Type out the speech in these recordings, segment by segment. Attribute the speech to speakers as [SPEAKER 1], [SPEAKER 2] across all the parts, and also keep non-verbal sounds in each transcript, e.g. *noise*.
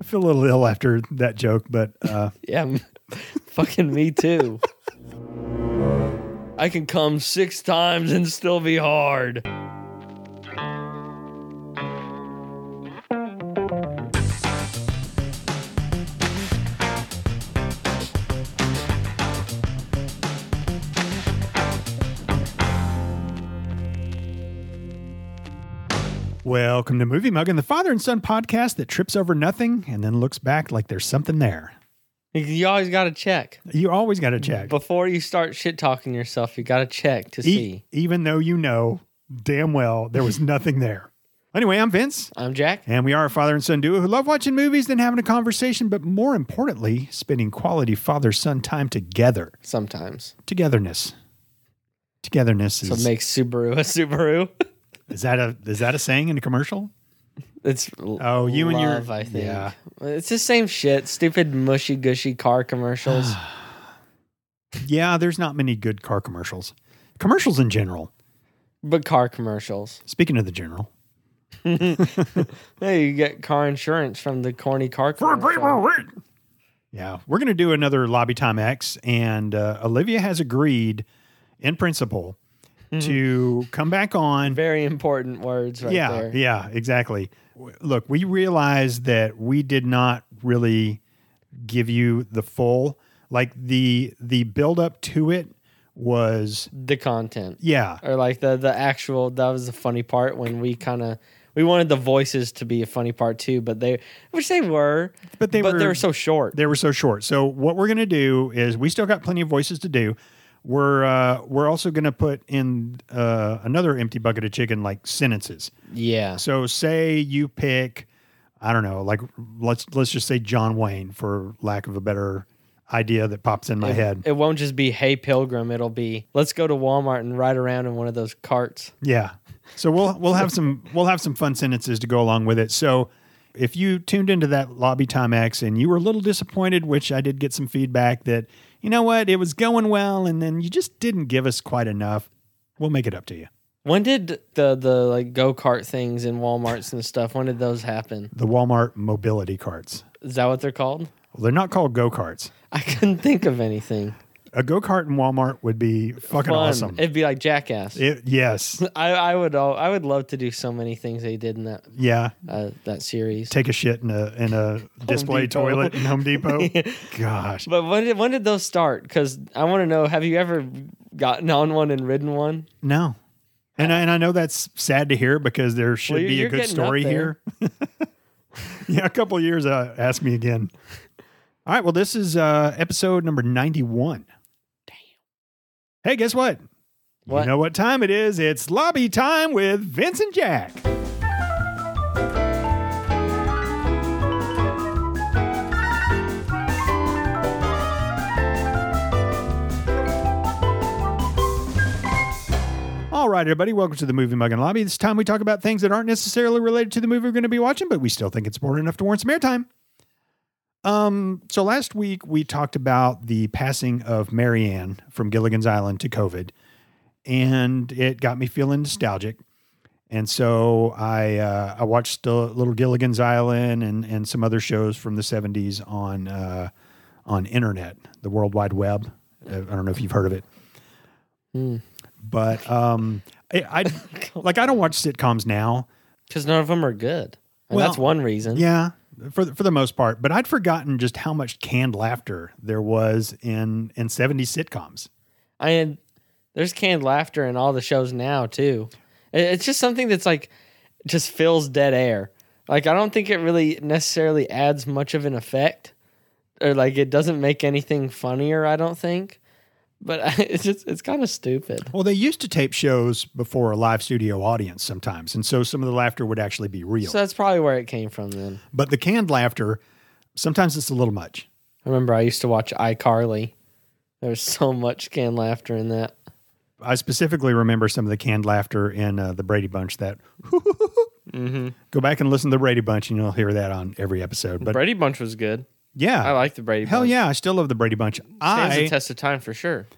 [SPEAKER 1] I feel a little ill after that joke, but
[SPEAKER 2] *laughs*
[SPEAKER 1] uh,
[SPEAKER 2] Yeah, m- fucking me too. I can come six times and still be hard.
[SPEAKER 1] welcome to Movie Mug and the father and son podcast that trips over nothing and then looks back like there's something there.
[SPEAKER 2] You always got to check.
[SPEAKER 1] You always got to check.
[SPEAKER 2] Before you start shit talking yourself, you got to check to
[SPEAKER 1] E-
[SPEAKER 2] see.
[SPEAKER 1] even though you know damn well there was nothing there. Anyway, I'm Vince,
[SPEAKER 2] I'm Jack.
[SPEAKER 1] and we are a father and son duo who love watching movies, then having a conversation, but more importantly, spending quality father son time together.
[SPEAKER 2] Sometimes.
[SPEAKER 1] Togetherness. Togetherness
[SPEAKER 2] So
[SPEAKER 1] is,
[SPEAKER 2] make Subaru a Subaru. *laughs*
[SPEAKER 1] is that a is that a saying in a commercial?
[SPEAKER 2] It's
[SPEAKER 1] Oh, you and your-
[SPEAKER 2] love, I think.
[SPEAKER 1] yeah.
[SPEAKER 2] It's the same shit. Stupid mushy gushy car
[SPEAKER 1] *sighs*
[SPEAKER 2] commercials.
[SPEAKER 1] Yeah, there's not many good car commercials. Commercials in general.
[SPEAKER 2] but car commercials.
[SPEAKER 1] Speaking of the general,
[SPEAKER 2] Yeah, you get car insurance from the corny car commercial.
[SPEAKER 1] yeah, we're going to do another Lobby Time X, and uh, Olivia has agreed, in principle, to come back on.
[SPEAKER 2] Mm-hmm. Very important words right
[SPEAKER 1] yeah,
[SPEAKER 2] there.
[SPEAKER 1] yeah, exactly. W- Look, we realized that we did not really give you the full, like the the build up to it was,
[SPEAKER 2] The content.
[SPEAKER 1] yeah,
[SPEAKER 2] Or like the the actual that was the funny part when we kinda we wanted the voices to be a funny part too, but they which they were.
[SPEAKER 1] But they
[SPEAKER 2] but they
[SPEAKER 1] were-
[SPEAKER 2] were so short.
[SPEAKER 1] They were so short. So what we're going to do is we still got plenty of voices to do. We're uh, we're also going to put in uh, another empty bucket of chicken like sentences.
[SPEAKER 2] Yeah.
[SPEAKER 1] So say you pick, I don't know, like let's let's just say John Wayne for lack of a better idea that pops in my head.
[SPEAKER 2] It won't just be hey pilgrim, it'll be let's go to Walmart and ride around in one of those carts.
[SPEAKER 1] Yeah. So we'll we'll have some we'll have some fun sentences to go along with it. So if you tuned into that lobby time X and you were a little disappointed, which I did get some feedback that you know what it was going well, and then you just didn't give us quite enough. We'll make it up to you.
[SPEAKER 2] When did the the like go kart things in WalMarts and stuff? When did those happen?
[SPEAKER 1] The Walmart mobility carts.
[SPEAKER 2] Is that what they're called?
[SPEAKER 1] Well, they're not called go karts.
[SPEAKER 2] I couldn't think of anything.
[SPEAKER 1] A go kart in Walmart would be fucking
[SPEAKER 2] Fun.
[SPEAKER 1] awesome.
[SPEAKER 2] It'd be like Jackass.
[SPEAKER 1] It-
[SPEAKER 2] *laughs*
[SPEAKER 1] yes.
[SPEAKER 2] I, I would all, I would love to do so many things they did in that
[SPEAKER 1] Yeah.
[SPEAKER 2] uh, that series.
[SPEAKER 1] Take a shit in a in a display
[SPEAKER 2] Depot.
[SPEAKER 1] toilet in Home
[SPEAKER 2] *laughs*
[SPEAKER 1] Depot. Gosh.
[SPEAKER 2] But when did when did those start? Because I want to know. Have you ever gotten on one and ridden one?
[SPEAKER 1] No. And I, and I know that's sad to hear because there should
[SPEAKER 2] you're-
[SPEAKER 1] be a
[SPEAKER 2] you're
[SPEAKER 1] good
[SPEAKER 2] getting up
[SPEAKER 1] story here. *laughs*
[SPEAKER 2] there.
[SPEAKER 1] yeah, a couple of years. Uh, ask me again. All right. Well, this is uh, episode number ninety-one. Damn. Hey, guess what? You
[SPEAKER 2] What?
[SPEAKER 1] know what time it is? It's lobby time with Vince and Jack. All right, everybody, welcome to the Movie Mug and Lobby. This time we talk about things that aren't necessarily related to the movie we're going to be watching, but we still think it's important enough to warrant some airtime. Um, so last week we talked about the passing of Marianne from Gilligan's Island to COVID, and it got me feeling nostalgic. And so I uh, I watched uh, Little Gilligan's Island and and some other shows from the '70s on uh, on internet, the World Wide Web. Uh, I don't know if you've heard of it, but um, I, I like I don't watch sitcoms now.
[SPEAKER 2] Because none of them are good. And
[SPEAKER 1] Well,
[SPEAKER 2] that's one reason.
[SPEAKER 1] Yeah, for the- for the most part. But I'd forgotten just how much canned laughter there was in in '70s sitcoms.
[SPEAKER 2] I mean, there's canned laughter in all the shows now too. It- It's just something that's like just fills dead air. Like I don't think it really necessarily adds much of an effect, or like it doesn't make anything funnier. I don't think, but *laughs* I, it's just it's kind of stupid.
[SPEAKER 1] Well, they used to tape shows before a live studio audience sometimes, and so some of the laughter would actually be real.
[SPEAKER 2] So that's probably where it came from. Then
[SPEAKER 1] but the canned laughter, sometimes it's a little much.
[SPEAKER 2] I remember I used to watch iCarly. There was so much canned laughter in that.
[SPEAKER 1] I specifically remember some of the canned laughter in uh, the Brady Bunch. That
[SPEAKER 2] Mm-hmm.
[SPEAKER 1] go back and listen to the Brady Bunch, and you'll hear that on every episode. But
[SPEAKER 2] Brady Bunch was good.
[SPEAKER 1] yeah,
[SPEAKER 2] I like the Brady.
[SPEAKER 1] hell
[SPEAKER 2] Bunch.
[SPEAKER 1] yeah, I still love the Brady Bunch.
[SPEAKER 2] stands
[SPEAKER 1] I
[SPEAKER 2] the test of time for sure.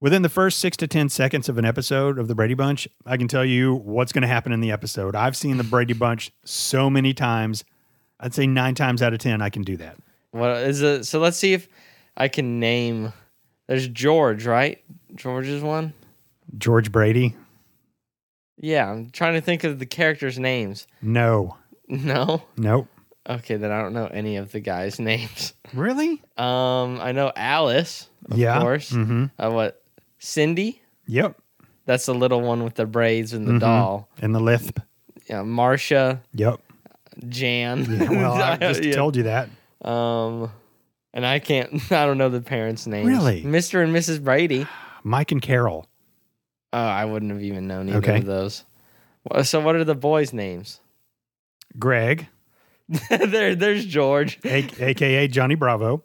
[SPEAKER 1] Within the first six to 10 seconds of an episode of The Brady Bunch, I can tell you what's going to happen in the episode. I've seen The Brady Bunch so many times. I'd say nine times out of ten, I can do that.
[SPEAKER 2] What is it? So let's see if I can name. There's George, right? George's one.
[SPEAKER 1] George Brady?
[SPEAKER 2] Yeah, I'm trying to think of the characters' names. *laughs*
[SPEAKER 1] No.
[SPEAKER 2] No.
[SPEAKER 1] Nope.
[SPEAKER 2] Okay, then I don't know any of the guys' *laughs* names.
[SPEAKER 1] Really?
[SPEAKER 2] Um, I know Alice, of
[SPEAKER 1] yeah.
[SPEAKER 2] course.
[SPEAKER 1] Mm-hmm.
[SPEAKER 2] Uh, what? Cindy.
[SPEAKER 1] Yep.
[SPEAKER 2] That's the little one with the braids and the
[SPEAKER 1] Mhm.
[SPEAKER 2] doll.
[SPEAKER 1] And the lisp.
[SPEAKER 2] Yeah, Marcia,
[SPEAKER 1] Yep.
[SPEAKER 2] Jan.
[SPEAKER 1] Yeah, well,
[SPEAKER 2] *laughs*
[SPEAKER 1] I just
[SPEAKER 2] Yeah.
[SPEAKER 1] told you that.
[SPEAKER 2] Um, and I can't. *laughs* I don't know the parents' names.
[SPEAKER 1] Really?
[SPEAKER 2] Mr. and Mrs. Brady.
[SPEAKER 1] Mike and Carol.
[SPEAKER 2] Oh, I wouldn't have even known either
[SPEAKER 1] Okay.
[SPEAKER 2] of those. Well, So, what are the boys' names? *laughs*
[SPEAKER 1] Greg,
[SPEAKER 2] there, there's George.
[SPEAKER 1] a- aka Johnny Bravo.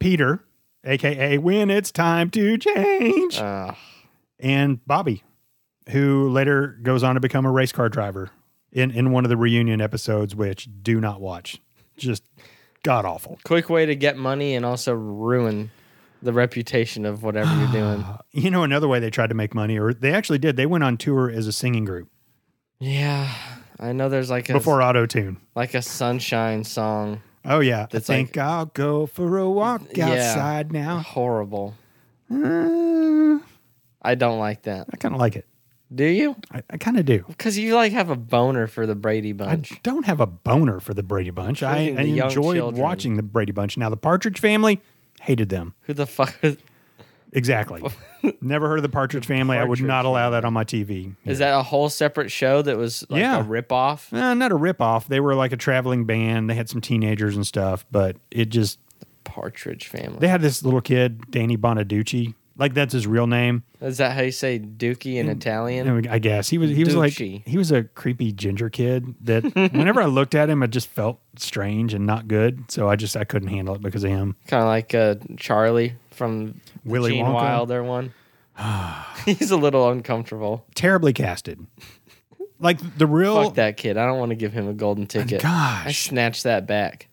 [SPEAKER 1] Peter, aka When It's Time to Change.
[SPEAKER 2] Uh,
[SPEAKER 1] and Bobby, who later goes on to become a race car driver in, in one of the reunion episodes, which do not watch. Just god awful.
[SPEAKER 2] quick way to get money and also ruin the reputation of whatever
[SPEAKER 1] *sighs*
[SPEAKER 2] you're doing.
[SPEAKER 1] Uh, You know, another way they tried to make money, or they actually did, they went on tour as a singing group
[SPEAKER 2] Yeah, I know. There's like a
[SPEAKER 1] before auto tune.
[SPEAKER 2] like a sunshine song.
[SPEAKER 1] Oh, yeah. I
[SPEAKER 2] That's
[SPEAKER 1] think
[SPEAKER 2] like-
[SPEAKER 1] I'll go for a walk
[SPEAKER 2] Yeah.
[SPEAKER 1] outside now.
[SPEAKER 2] Horrible.
[SPEAKER 1] Uh,
[SPEAKER 2] I don't like that.
[SPEAKER 1] I kind of like it.
[SPEAKER 2] Do you?
[SPEAKER 1] I, I kind of do.
[SPEAKER 2] Because you like have a boner for the Brady
[SPEAKER 1] I
[SPEAKER 2] Bunch.
[SPEAKER 1] don't have a boner for the Brady Bunch. I, I
[SPEAKER 2] Including the young
[SPEAKER 1] enjoyed
[SPEAKER 2] children.
[SPEAKER 1] watching the Brady Bunch. Now, the Partridge Family, hated them.
[SPEAKER 2] Who the fuck is, *laughs*
[SPEAKER 1] Exactly. Never heard of the Partridge Family. I would
[SPEAKER 2] Partridge
[SPEAKER 1] not allow that on my TV.
[SPEAKER 2] is that? A whole separate show that was like
[SPEAKER 1] Yeah.
[SPEAKER 2] a ripoff.
[SPEAKER 1] Eh, not a ripoff. They were like a traveling band. They had some teenagers and stuff, but it just
[SPEAKER 2] Partridge Family.
[SPEAKER 1] they had this little kid, Danny Bonaducci. Like that's his real name,
[SPEAKER 2] Is that how you say Dookie
[SPEAKER 1] Mm.
[SPEAKER 2] in Italian?
[SPEAKER 1] And I guess. He was he was like
[SPEAKER 2] Ducci.
[SPEAKER 1] he was a creepy ginger kid
[SPEAKER 2] *laughs*
[SPEAKER 1] that whenever I looked at him, I just felt strange and not good. So I just I couldn't handle it because of him.
[SPEAKER 2] Kind of like uh, Charlie from the
[SPEAKER 1] Willy
[SPEAKER 2] Gene
[SPEAKER 1] Wonka. *sighs*
[SPEAKER 2] Wilder one. He's a little uncomfortable.
[SPEAKER 1] Terribly casted. Like the real
[SPEAKER 2] Fuck that kid. I don't want to give him a golden ticket. I
[SPEAKER 1] gosh.
[SPEAKER 2] snatch that back.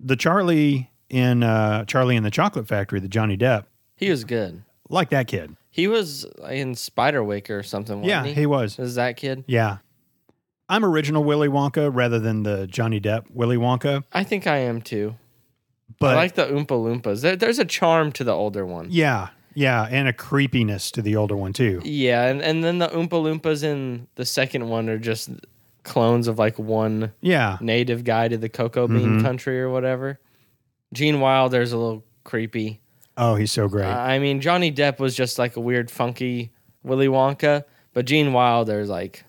[SPEAKER 1] The Charlie in uh Charlie in the Chocolate Factory, the Johnny Depp,
[SPEAKER 2] He was good.
[SPEAKER 1] like that kid.
[SPEAKER 2] He was in Spiderwick or something. Wasn't
[SPEAKER 1] Yeah,
[SPEAKER 2] he?
[SPEAKER 1] he was.
[SPEAKER 2] was that kid.
[SPEAKER 1] Yeah. I'm original Willy Wonka rather than the Johnny Depp Willy Wonka.
[SPEAKER 2] I think I am too.
[SPEAKER 1] But
[SPEAKER 2] I like the Oompa Loompas. There, there's a charm to the older one.
[SPEAKER 1] yeah, yeah, and a creepiness to the older one too.
[SPEAKER 2] Yeah, and, and then the Oompa Loompas in the second one are just clones of like one
[SPEAKER 1] Yeah.
[SPEAKER 2] native guy to the cocoa bean
[SPEAKER 1] Mhm.
[SPEAKER 2] country or whatever. Gene Wilder's a little creepy.
[SPEAKER 1] Oh, he's so great.
[SPEAKER 2] I mean, Johnny Depp was just like a weird, funky Willy Wonka, but Gene Wilder's like,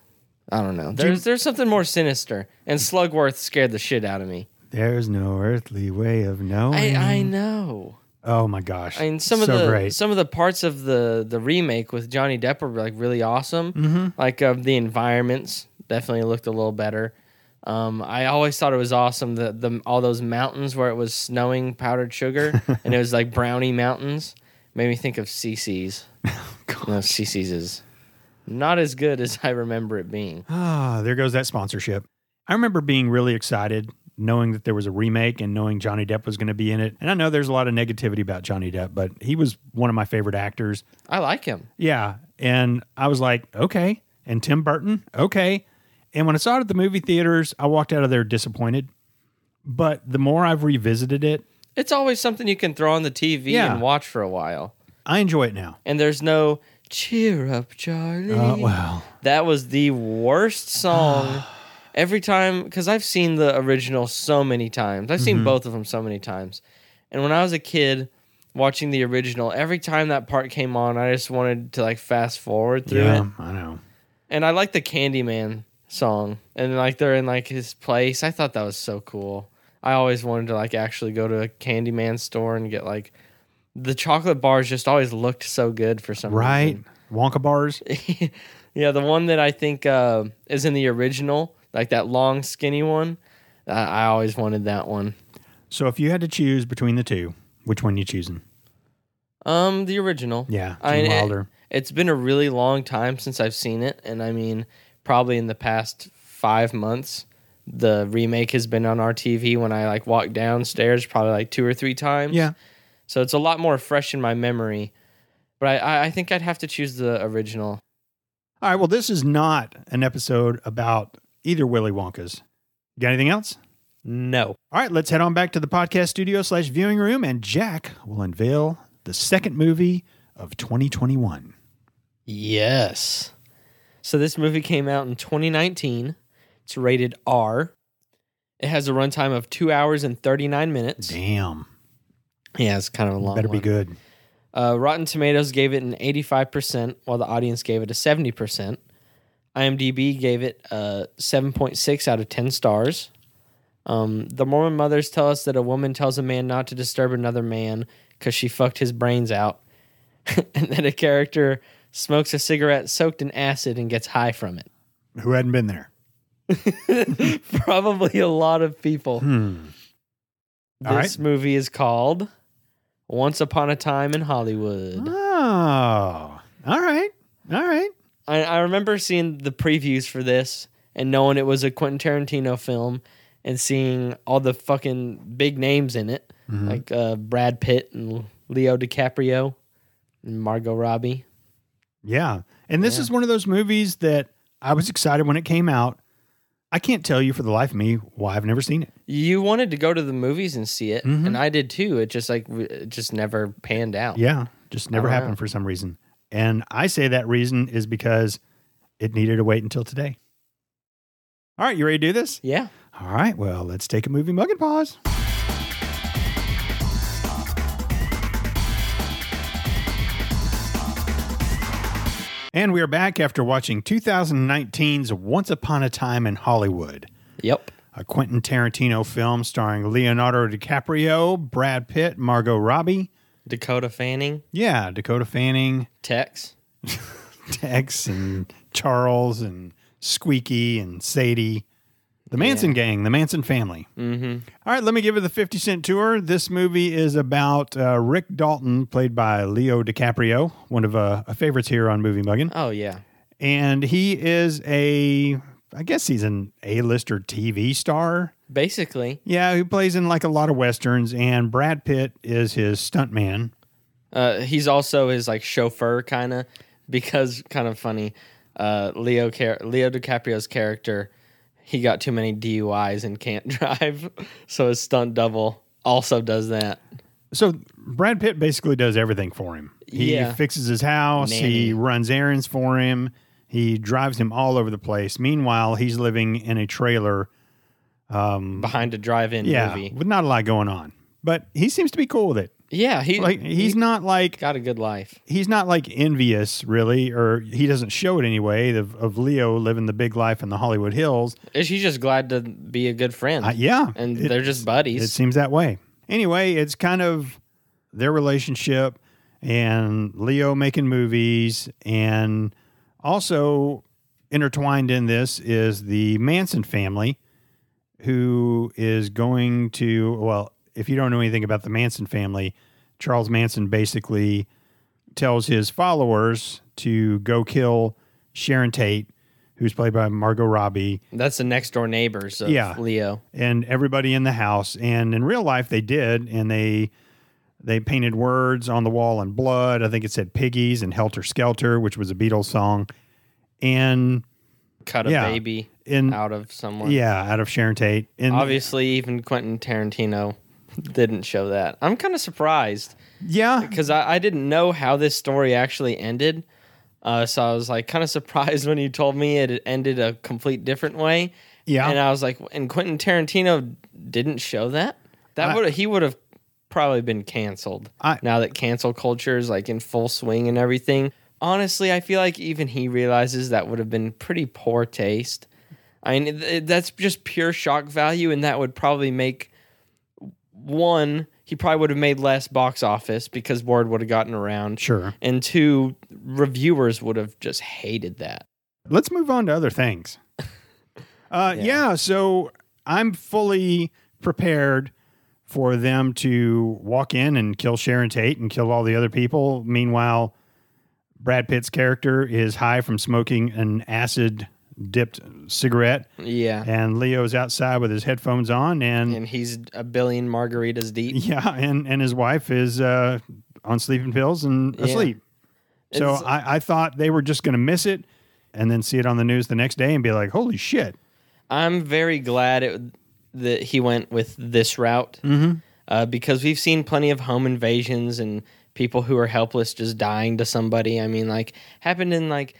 [SPEAKER 2] I don't know. There's there's something more sinister, and Slugworth scared the shit out of me.
[SPEAKER 1] There's no earthly way of knowing.
[SPEAKER 2] I, I know.
[SPEAKER 1] oh my gosh.
[SPEAKER 2] I mean, some of
[SPEAKER 1] Oh, so
[SPEAKER 2] the
[SPEAKER 1] great.
[SPEAKER 2] some of the parts of the the remake with Johnny Depp were like really awesome.
[SPEAKER 1] Mhm.
[SPEAKER 2] Like um, the environments definitely looked a little better. Um, I always thought it was awesome that the all those mountains where it was snowing
[SPEAKER 1] *laughs*
[SPEAKER 2] powdered sugar and it was like brownie mountains made me think
[SPEAKER 1] *laughs*
[SPEAKER 2] of CC's.
[SPEAKER 1] Oh,
[SPEAKER 2] no, CC's is not as good as I remember it being.
[SPEAKER 1] Ah, there goes that sponsorship. I remember being really excited knowing that there was a remake and knowing Johnny Depp was going to be in it. And I know there's a lot of negativity about Johnny Depp, but he was one of my favorite actors.
[SPEAKER 2] I like him.
[SPEAKER 1] Yeah. And I was like, okay. And Tim Burton, okay. And when I saw it at the movie theaters, I walked out of there disappointed. But the more I've revisited it,
[SPEAKER 2] It's always something you can throw on the TV
[SPEAKER 1] Yeah.
[SPEAKER 2] and watch for a while.
[SPEAKER 1] I enjoy it now.
[SPEAKER 2] And there's no cheer up, Charlie.
[SPEAKER 1] Uh, well,
[SPEAKER 2] That was the
[SPEAKER 1] *sighs*
[SPEAKER 2] worst song. Every time, because I've seen the original so many times, I've
[SPEAKER 1] Mm-hmm.
[SPEAKER 2] seen both of them so many times. And when I was a kid watching the original, every time that part came on, I just wanted to like fast forward through
[SPEAKER 1] yeah,
[SPEAKER 2] it.
[SPEAKER 1] I know.
[SPEAKER 2] And I like the Candyman song, and like they're in like his place. I thought that was so cool. I always wanted to like actually go to a Candyman store and get like the chocolate bars. Just always looked so good for some reason.
[SPEAKER 1] Right? Wonka bars?
[SPEAKER 2] yeah, the one that I think uh, is in the original, like that long, skinny one. I, I always wanted that one.
[SPEAKER 1] So if you had to choose between the two, which one you choosing?
[SPEAKER 2] Um, the original.
[SPEAKER 1] Yeah.
[SPEAKER 2] I
[SPEAKER 1] Gene
[SPEAKER 2] mean, it-
[SPEAKER 1] Wilder.
[SPEAKER 2] it's been a really long time since I've seen it, and I mean, probably in the past five months, the remake has been on our TV when I like walk downstairs, probably like two or three times.
[SPEAKER 1] yeah.
[SPEAKER 2] So it's a lot more fresh in my memory. But I- I, I think I'd have to choose the original.
[SPEAKER 1] All right. Well, this is not an episode about either Willy Wonka's. You got anything else?
[SPEAKER 2] No.
[SPEAKER 1] All right, let's head on back to the podcast studio slash viewing room, and Jack will unveil the second movie of 2021.
[SPEAKER 2] Yes. So this movie came out in 2019. It's rated R. It has a runtime of two hours and 39 minutes.
[SPEAKER 1] Damn,
[SPEAKER 2] Yeah, it's kind of a long.
[SPEAKER 1] better be
[SPEAKER 2] one.
[SPEAKER 1] good.
[SPEAKER 2] Uh, Rotten Tomatoes gave it an 85%, while the audience gave it a 70%. IMDb gave it uh, a 7.6 out of 10 stars. Um, the Mormon mothers tell us that a woman tells a man not to disturb another man because she fucked his brains out, *laughs* and that a character smokes a cigarette soaked in acid and gets high from it.
[SPEAKER 1] Who hadn't been there?
[SPEAKER 2] *laughs* Probably a lot of people.
[SPEAKER 1] Hmm. All
[SPEAKER 2] This movie is called Once Upon a Time in Hollywood.
[SPEAKER 1] Oh, all right, all right.
[SPEAKER 2] I, I remember seeing the previews for this and knowing it was a Quentin Tarantino film and seeing all the fucking big names in it, like uh, Brad Pitt and Leo DiCaprio and Margot Robbie.
[SPEAKER 1] Yeah, and this
[SPEAKER 2] Yeah.
[SPEAKER 1] is one of those movies that I was excited when it came out. I can't tell you for the life of me why I've never seen it.
[SPEAKER 2] You wanted to go to the movies and see it,
[SPEAKER 1] Mhm.
[SPEAKER 2] and I did too. It just like w- it just never panned out.
[SPEAKER 1] Yeah, just never
[SPEAKER 2] don't know.
[SPEAKER 1] happened for some reason. And I say that reason is because it needed to wait until today. All right, you ready to do this?
[SPEAKER 2] Yeah.
[SPEAKER 1] All right, well, let's take a movie mug and pause. And we are back after watching 2019's Once Upon a Time in Hollywood,
[SPEAKER 2] Yep.
[SPEAKER 1] a Quentin Tarantino film starring Leonardo DiCaprio, Brad Pitt, Margot Robbie,
[SPEAKER 2] Dakota Fanning,
[SPEAKER 1] yeah, Dakota Fanning,
[SPEAKER 2] Tex.
[SPEAKER 1] Tex, and Charles, and Squeaky, and Sadie. The Manson gang, the Manson family.
[SPEAKER 2] Mm-hmm.
[SPEAKER 1] All right, let me give it the 50 Cent Tour. This movie is about uh, Rick Dalton, played by Leo DiCaprio, one of uh, our favorites here on Movie Muggin.
[SPEAKER 2] Oh yeah.
[SPEAKER 1] And he is a, I guess he's an A-lister TV star.
[SPEAKER 2] Basically,
[SPEAKER 1] Yeah, who plays in like a lot of Westerns, and Brad Pitt is his stuntman.
[SPEAKER 2] Uh, he's also his like chauffeur kind of because kind of funny. Uh, Leo Car- Leo DiCaprio's character, he got too many DUIs and can't *laughs* drive, so his stunt double also does that.
[SPEAKER 1] So Brad Pitt basically does everything for him. He
[SPEAKER 2] Yeah.
[SPEAKER 1] fixes his house, he
[SPEAKER 2] Nanny.
[SPEAKER 1] runs errands for him, he drives him all over the place. Meanwhile, he's living in a trailer
[SPEAKER 2] Behind a drive-in
[SPEAKER 1] yeah,
[SPEAKER 2] movie,
[SPEAKER 1] with not a lot going on. But he seems to be cool with it.
[SPEAKER 2] yeah, he
[SPEAKER 1] Like he's
[SPEAKER 2] he
[SPEAKER 1] not like
[SPEAKER 2] got a good life.
[SPEAKER 1] he's not like envious really, or he doesn't show it anyway of, of Leo living the big life in the Hollywood Hills.
[SPEAKER 2] Is he just glad to be a good friend?
[SPEAKER 1] Uh, yeah,
[SPEAKER 2] and
[SPEAKER 1] it-
[SPEAKER 2] they're just
[SPEAKER 1] it
[SPEAKER 2] buddies.
[SPEAKER 1] seems that way. Anyway, it's kind of their relationship and Leo making movies, and also intertwined in this is the Manson family, who is going to, well, if you don't know anything about the Manson family, Charles Manson basically tells his followers to go kill Sharon Tate, who's played by Margot Robbie,
[SPEAKER 2] That's the next door neighbors of
[SPEAKER 1] Yeah.
[SPEAKER 2] Leo.
[SPEAKER 1] and everybody in the house. And in real life, they did, and they they painted words on the wall in blood. I think it said "piggies" and "Helter Skelter," which was a Beatles song. And
[SPEAKER 2] Cut a
[SPEAKER 1] Yeah.
[SPEAKER 2] baby
[SPEAKER 1] in
[SPEAKER 2] out of someone.
[SPEAKER 1] yeah, out of Sharon Tate. And
[SPEAKER 2] Obviously, even Quentin Tarantino didn't show that. I'm kind of surprised *laughs*
[SPEAKER 1] yeah,
[SPEAKER 2] because I, I didn't know how this story actually ended. Uh, so I was like kind of *laughs* surprised when you told me it had ended a complete different way.
[SPEAKER 1] Yeah.
[SPEAKER 2] And uh, I was like, and Quentin Tarantino didn't show that?
[SPEAKER 1] I-
[SPEAKER 2] That would he would have probably been canceled.
[SPEAKER 1] I-
[SPEAKER 2] now that cancel culture is like in full swing and everything. Honestly, I feel like even he realizes that would have been pretty poor taste. I mean, th- that's just pure shock value, and that would probably make one, he probably would have made less box office because word would have gotten around.
[SPEAKER 1] sure.
[SPEAKER 2] And two, reviewers would have just hated that.
[SPEAKER 1] Let's move on to other *laughs* things. Uh, yeah.
[SPEAKER 2] Yeah.
[SPEAKER 1] so I'm fully prepared for them to walk in and kill Sharon Tate and kill all the other people. Meanwhile, Brad Pitt's character is high from smoking an acid dipped *laughs* cigarette,
[SPEAKER 2] Yeah.
[SPEAKER 1] and Leo's outside with his headphones on, and
[SPEAKER 2] And he's a billion margaritas deep.
[SPEAKER 1] yeah, and and his wife is uh, on sleeping pills and
[SPEAKER 2] Yeah.
[SPEAKER 1] asleep. So
[SPEAKER 2] It's-
[SPEAKER 1] I, I thought they were just going to miss it and then see it on the news the next day and be like, "Holy shit!"
[SPEAKER 2] I'm very glad it that he went with this route uh, because we've seen plenty of home invasions and people who are helpless just dying to somebody. I mean, like happened in like,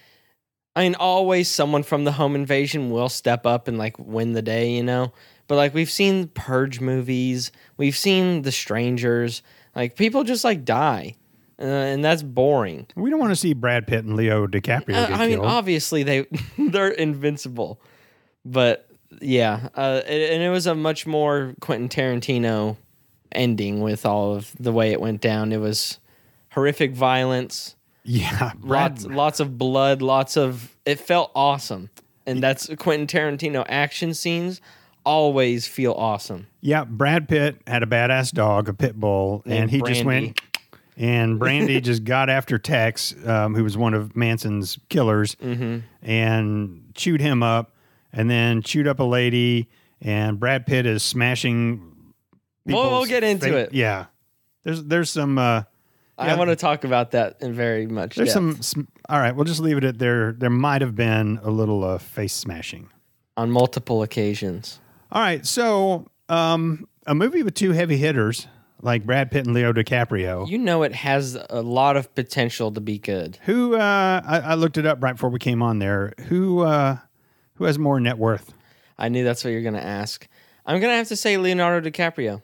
[SPEAKER 2] I mean, always someone from the home invasion will step up and like win the day, you know. But like we've seen purge movies, we've seen The Strangers, like people just like die, uh, and that's boring.
[SPEAKER 1] We don't want to see Brad Pitt and Leo DiCaprio
[SPEAKER 2] Uh,
[SPEAKER 1] get
[SPEAKER 2] I mean,
[SPEAKER 1] killed.
[SPEAKER 2] obviously they *laughs* they're invincible, but yeah, uh, and- and it was a much more Quentin Tarantino ending with all of the way it went down. It was horrific violence,
[SPEAKER 1] *laughs* yeah, Brad,
[SPEAKER 2] lots lots of blood, lots of it felt awesome, and that's Quentin Tarantino action scenes always feel awesome.
[SPEAKER 1] yeah. Brad Pitt had a badass dog, a pit bull, and,
[SPEAKER 2] Named
[SPEAKER 1] he just went. And Brandy
[SPEAKER 2] *laughs*
[SPEAKER 1] just got after Tex, um, who was one of Manson's killers,
[SPEAKER 2] Mm-hmm.
[SPEAKER 1] and chewed him up, and then chewed up a lady. And Brad Pitt is smashing.
[SPEAKER 2] Well, we'll
[SPEAKER 1] people's
[SPEAKER 2] get into
[SPEAKER 1] fa-
[SPEAKER 2] it.
[SPEAKER 1] Yeah, there's there's some. Uh,
[SPEAKER 2] I want to talk about that in very much.
[SPEAKER 1] There's
[SPEAKER 2] depth.
[SPEAKER 1] some, some. All right, we'll just leave it at there. There might have been a little uh, face smashing.
[SPEAKER 2] on multiple occasions.
[SPEAKER 1] All right, so um, a movie with two heavy hitters like Brad Pitt and Leo DiCaprio.
[SPEAKER 2] You know, it has a lot of potential to be good.
[SPEAKER 1] Who uh, I, I looked it up right before we came on there. Who uh, who has more net worth?
[SPEAKER 2] I knew that's what you're going to ask. I'm going to have to say Leonardo DiCaprio.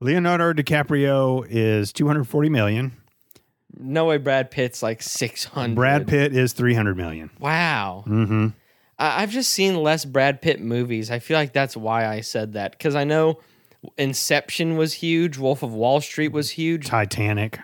[SPEAKER 1] Leonardo DiCaprio is 240 million.
[SPEAKER 2] No way Brad Pitt's like 600.
[SPEAKER 1] Brad Pitt is 300 million.
[SPEAKER 2] Wow.
[SPEAKER 1] Mm-hmm.
[SPEAKER 2] I- I've just seen less Brad Pitt movies. I feel like that's why I said that because I know Inception was huge, Wolf of Wall Street was huge.
[SPEAKER 1] Titanic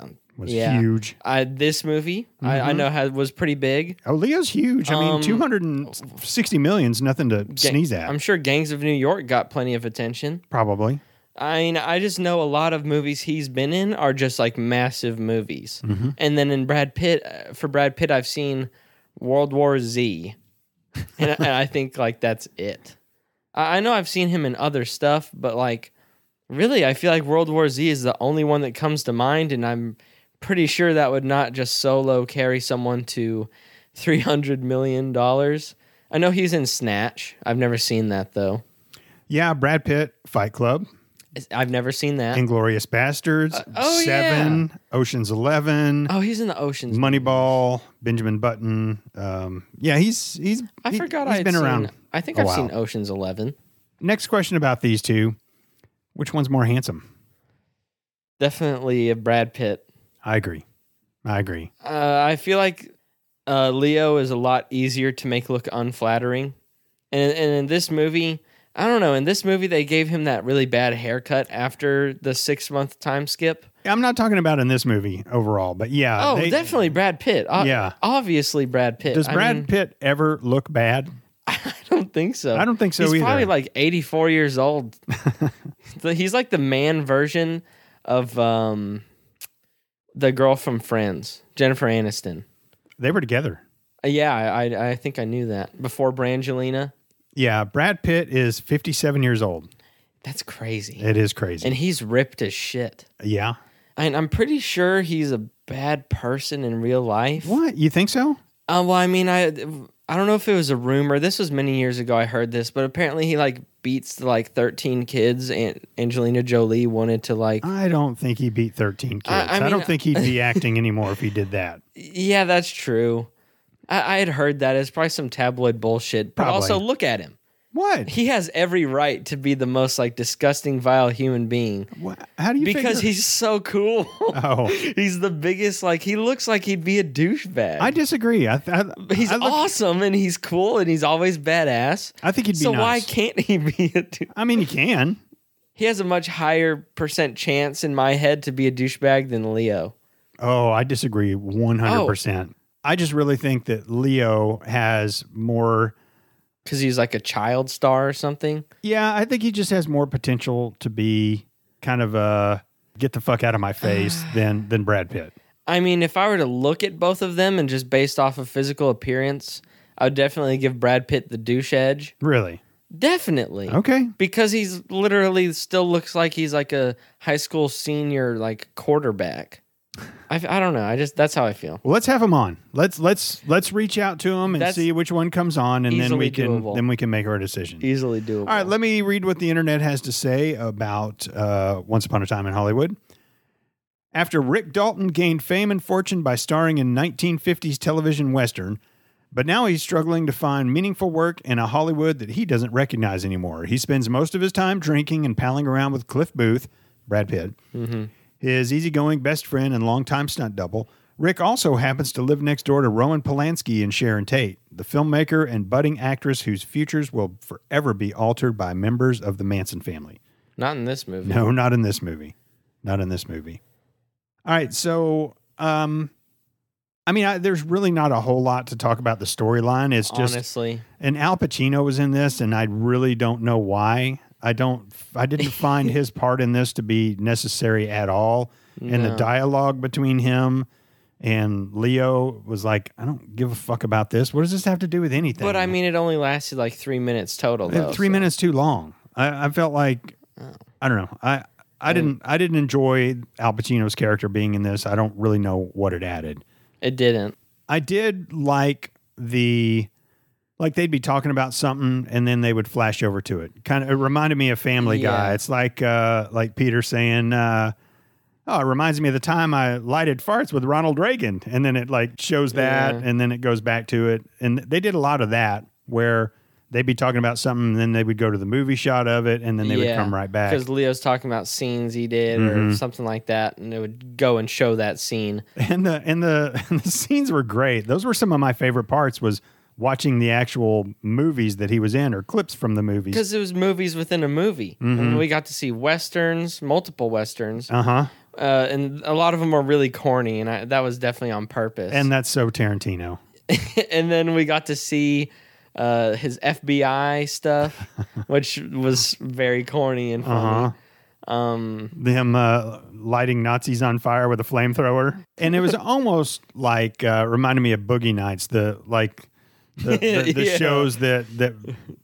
[SPEAKER 2] Um,
[SPEAKER 1] was
[SPEAKER 2] yeah.
[SPEAKER 1] huge.
[SPEAKER 2] I, this movie I,
[SPEAKER 1] Mm-hmm.
[SPEAKER 2] I know had, was pretty big.
[SPEAKER 1] Oh, Leo's huge. I mean,
[SPEAKER 2] Um,
[SPEAKER 1] 260 million's nothing to
[SPEAKER 2] Ga-
[SPEAKER 1] sneeze at.
[SPEAKER 2] I'm sure Gangs of New York got plenty of attention.
[SPEAKER 1] probably.
[SPEAKER 2] I mean, I just know a lot of movies he's been in are just like massive movies. And then in Brad Pitt, uh, for Brad Pitt, I've seen World War Z, *laughs* and, I- and I think like that's it. I, I know I've seen him in other stuff, but like really, I feel like World War Z is the only one that comes to mind, and I'm pretty sure that would not just solo carry someone to three hundred million dollars. I know he's in Snatch. I've never seen that though.
[SPEAKER 1] Yeah, Brad Pitt, Fight Club,
[SPEAKER 2] I've never seen that.
[SPEAKER 1] Inglorious Bastards, Seven,
[SPEAKER 2] Uh, oh,
[SPEAKER 1] Ocean's Eleven,
[SPEAKER 2] Oh, he's in the oceans.
[SPEAKER 1] Moneyball, Benjamin Button. Um, yeah, he's he's.
[SPEAKER 2] I
[SPEAKER 1] he-
[SPEAKER 2] forgot
[SPEAKER 1] he's
[SPEAKER 2] I've
[SPEAKER 1] been
[SPEAKER 2] seen,
[SPEAKER 1] around.
[SPEAKER 2] I think
[SPEAKER 1] a
[SPEAKER 2] I've seen
[SPEAKER 1] while.
[SPEAKER 2] Ocean's Eleven.
[SPEAKER 1] Next question about these two: Which one's more handsome?
[SPEAKER 2] Definitely a Brad Pitt.
[SPEAKER 1] I agree. I agree.
[SPEAKER 2] Uh, I feel like uh, Leo is a lot easier to make look unflattering, and and in this movie, I don't know. In this movie, they gave him that really bad haircut after the six month time skip.
[SPEAKER 1] I'm not talking about in this movie overall, but yeah. Uh,
[SPEAKER 2] Oh,
[SPEAKER 1] they-
[SPEAKER 2] definitely Brad Pitt. O-
[SPEAKER 1] Yeah.
[SPEAKER 2] obviously Brad Pitt.
[SPEAKER 1] Does
[SPEAKER 2] I
[SPEAKER 1] Brad
[SPEAKER 2] mean,
[SPEAKER 1] Pitt ever look bad?
[SPEAKER 2] *laughs* I don't think so.
[SPEAKER 1] I don't think so
[SPEAKER 2] He's
[SPEAKER 1] either.
[SPEAKER 2] probably like 84
[SPEAKER 1] *laughs*
[SPEAKER 2] years old. He's like the man version of um, the girl from Friends, Jennifer Aniston.
[SPEAKER 1] They were together.
[SPEAKER 2] Uh, yeah, I, I I think I knew that before Brangelina.
[SPEAKER 1] Yeah, Brad Pitt is 57 years old.
[SPEAKER 2] That's crazy.
[SPEAKER 1] It is crazy.
[SPEAKER 2] and he's ripped as shit.
[SPEAKER 1] yeah.
[SPEAKER 2] And I'm pretty sure he's a bad person in real life.
[SPEAKER 1] What? You think so?
[SPEAKER 2] Uh, well, I mean, I I don't know if it was a rumor. This was many years ago. I heard this, but apparently he like beats like 13 kids, and Angelina Jolie wanted to like.
[SPEAKER 1] I don't think he beat 13 kids.
[SPEAKER 2] I- I
[SPEAKER 1] I,
[SPEAKER 2] mean, uh,
[SPEAKER 1] don't think he'd be acting anymore if he did
[SPEAKER 2] *laughs*
[SPEAKER 1] that.
[SPEAKER 2] Yeah, that's true. I, I had heard that. It's probably some tabloid bullshit. But
[SPEAKER 1] Probably.
[SPEAKER 2] also, look at him.
[SPEAKER 1] What?
[SPEAKER 2] He has every right to be the most like disgusting, vile human being
[SPEAKER 1] What? How do you
[SPEAKER 2] because
[SPEAKER 1] figure-
[SPEAKER 2] he's so cool.
[SPEAKER 1] Oh.
[SPEAKER 2] *laughs* he's the biggest. Like he looks like he'd be a douchebag.
[SPEAKER 1] I disagree. I, th- I
[SPEAKER 2] He's
[SPEAKER 1] I, look-
[SPEAKER 2] awesome and he's cool and he's always badass.
[SPEAKER 1] I think he'd be
[SPEAKER 2] so why
[SPEAKER 1] nice.
[SPEAKER 2] can't he be a douche?
[SPEAKER 1] I mean, you can.
[SPEAKER 2] He has a much higher percent chance in my head to be a douchebag than Leo.
[SPEAKER 1] Oh, I disagree 100%. I just really think that Leo has more.
[SPEAKER 2] Because he's like a child star or something.
[SPEAKER 1] Yeah, I think he just has more potential to be kind of a get the fuck out of my
[SPEAKER 2] *sighs*
[SPEAKER 1] face than than Brad Pitt.
[SPEAKER 2] I mean, if I were to look at both of them and just based off of physical appearance, I would definitely give Brad Pitt the douche edge.
[SPEAKER 1] Really?
[SPEAKER 2] Definitely.
[SPEAKER 1] Okay.
[SPEAKER 2] Because he's literally still looks like he's like a high school senior, like quarterback. I, I don't know. I just that's how I feel.
[SPEAKER 1] Well, let's have them on. Let's let's let's reach out to them and
[SPEAKER 2] That's
[SPEAKER 1] see which one comes on, and then
[SPEAKER 2] easily
[SPEAKER 1] we can
[SPEAKER 2] doable.
[SPEAKER 1] then we can make our decision.
[SPEAKER 2] Easily doable.
[SPEAKER 1] All right, let me read what the internet has to say about uh, Once Upon a Time in Hollywood. After Rick Dalton gained fame and fortune by starring in 1950s television western, but now he's struggling to find meaningful work in a Hollywood that he doesn't recognize anymore. He spends most of his time drinking and palling around with Cliff Booth, Brad Pitt, his easygoing best friend and longtime stunt double. Rick also happens to live next door to Roman Polanski and Sharon Tate, the filmmaker and budding actress whose futures will forever be altered by members of the Manson family.
[SPEAKER 2] Not in this movie.
[SPEAKER 1] No, not in this movie. Not in this movie. All right, so um I mean, I, there's really not a whole lot to talk about the storyline. It's just
[SPEAKER 2] Honestly,
[SPEAKER 1] and Al Pacino was in this, and I really don't know why. I don't. I
[SPEAKER 2] *laughs*
[SPEAKER 1] didn't find his part in this to be necessary at all. And the
[SPEAKER 2] No.
[SPEAKER 1] dialogue between him and Leo was like, I don't give a fuck about this. What does this have to do with anything?
[SPEAKER 2] but I mean, it only lasted like three minutes total.
[SPEAKER 1] Uh,
[SPEAKER 2] Though,
[SPEAKER 1] three
[SPEAKER 2] so- Oh.
[SPEAKER 1] minutes too long. I, I felt like I don't know. I I didn't I didn't enjoy Al Pacino's character being in this. I don't really know what it added.
[SPEAKER 2] It didn't.
[SPEAKER 1] I did like the like they'd be talking about something and then they would flash over to it. Kind of it reminded me of Family
[SPEAKER 2] Yeah.
[SPEAKER 1] Guy. It's like uh like Peter saying uh Oh, it reminds me of the time I lighted farts with Ronald Reagan. And then it like shows that
[SPEAKER 2] Yeah.
[SPEAKER 1] and then it goes back to it. And they did a lot of that where they'd be talking about something and then they would go to the movie shot of it and then they would come right back. Mm-hmm.
[SPEAKER 2] because Leo's talking about scenes he did or something like that, and it would go and show that scene.
[SPEAKER 1] and the and the, *laughs* and the scenes were great. Those were some of my favorite parts. Was watching the actual movies that he was in or clips from the movies.
[SPEAKER 2] because it was movies within a movie,
[SPEAKER 1] Mm-hmm.
[SPEAKER 2] and we got to see westerns, multiple westerns, uh,
[SPEAKER 1] Uh huh.
[SPEAKER 2] and a lot of them are really corny, and I, that was definitely on purpose.
[SPEAKER 1] And that's so Tarantino.
[SPEAKER 2] *laughs* and then we got to see uh, his
[SPEAKER 1] *laughs*
[SPEAKER 2] FBI stuff, which was very corny and
[SPEAKER 1] Uh-huh.
[SPEAKER 2] funny. Um,
[SPEAKER 1] Them uh, lighting Nazis on fire with a flamethrower, and it
[SPEAKER 2] *laughs*
[SPEAKER 1] was almost like uh, reminded me of Boogie Nights. The like.
[SPEAKER 2] *laughs*
[SPEAKER 1] The, the, the
[SPEAKER 2] Yeah.
[SPEAKER 1] shows that that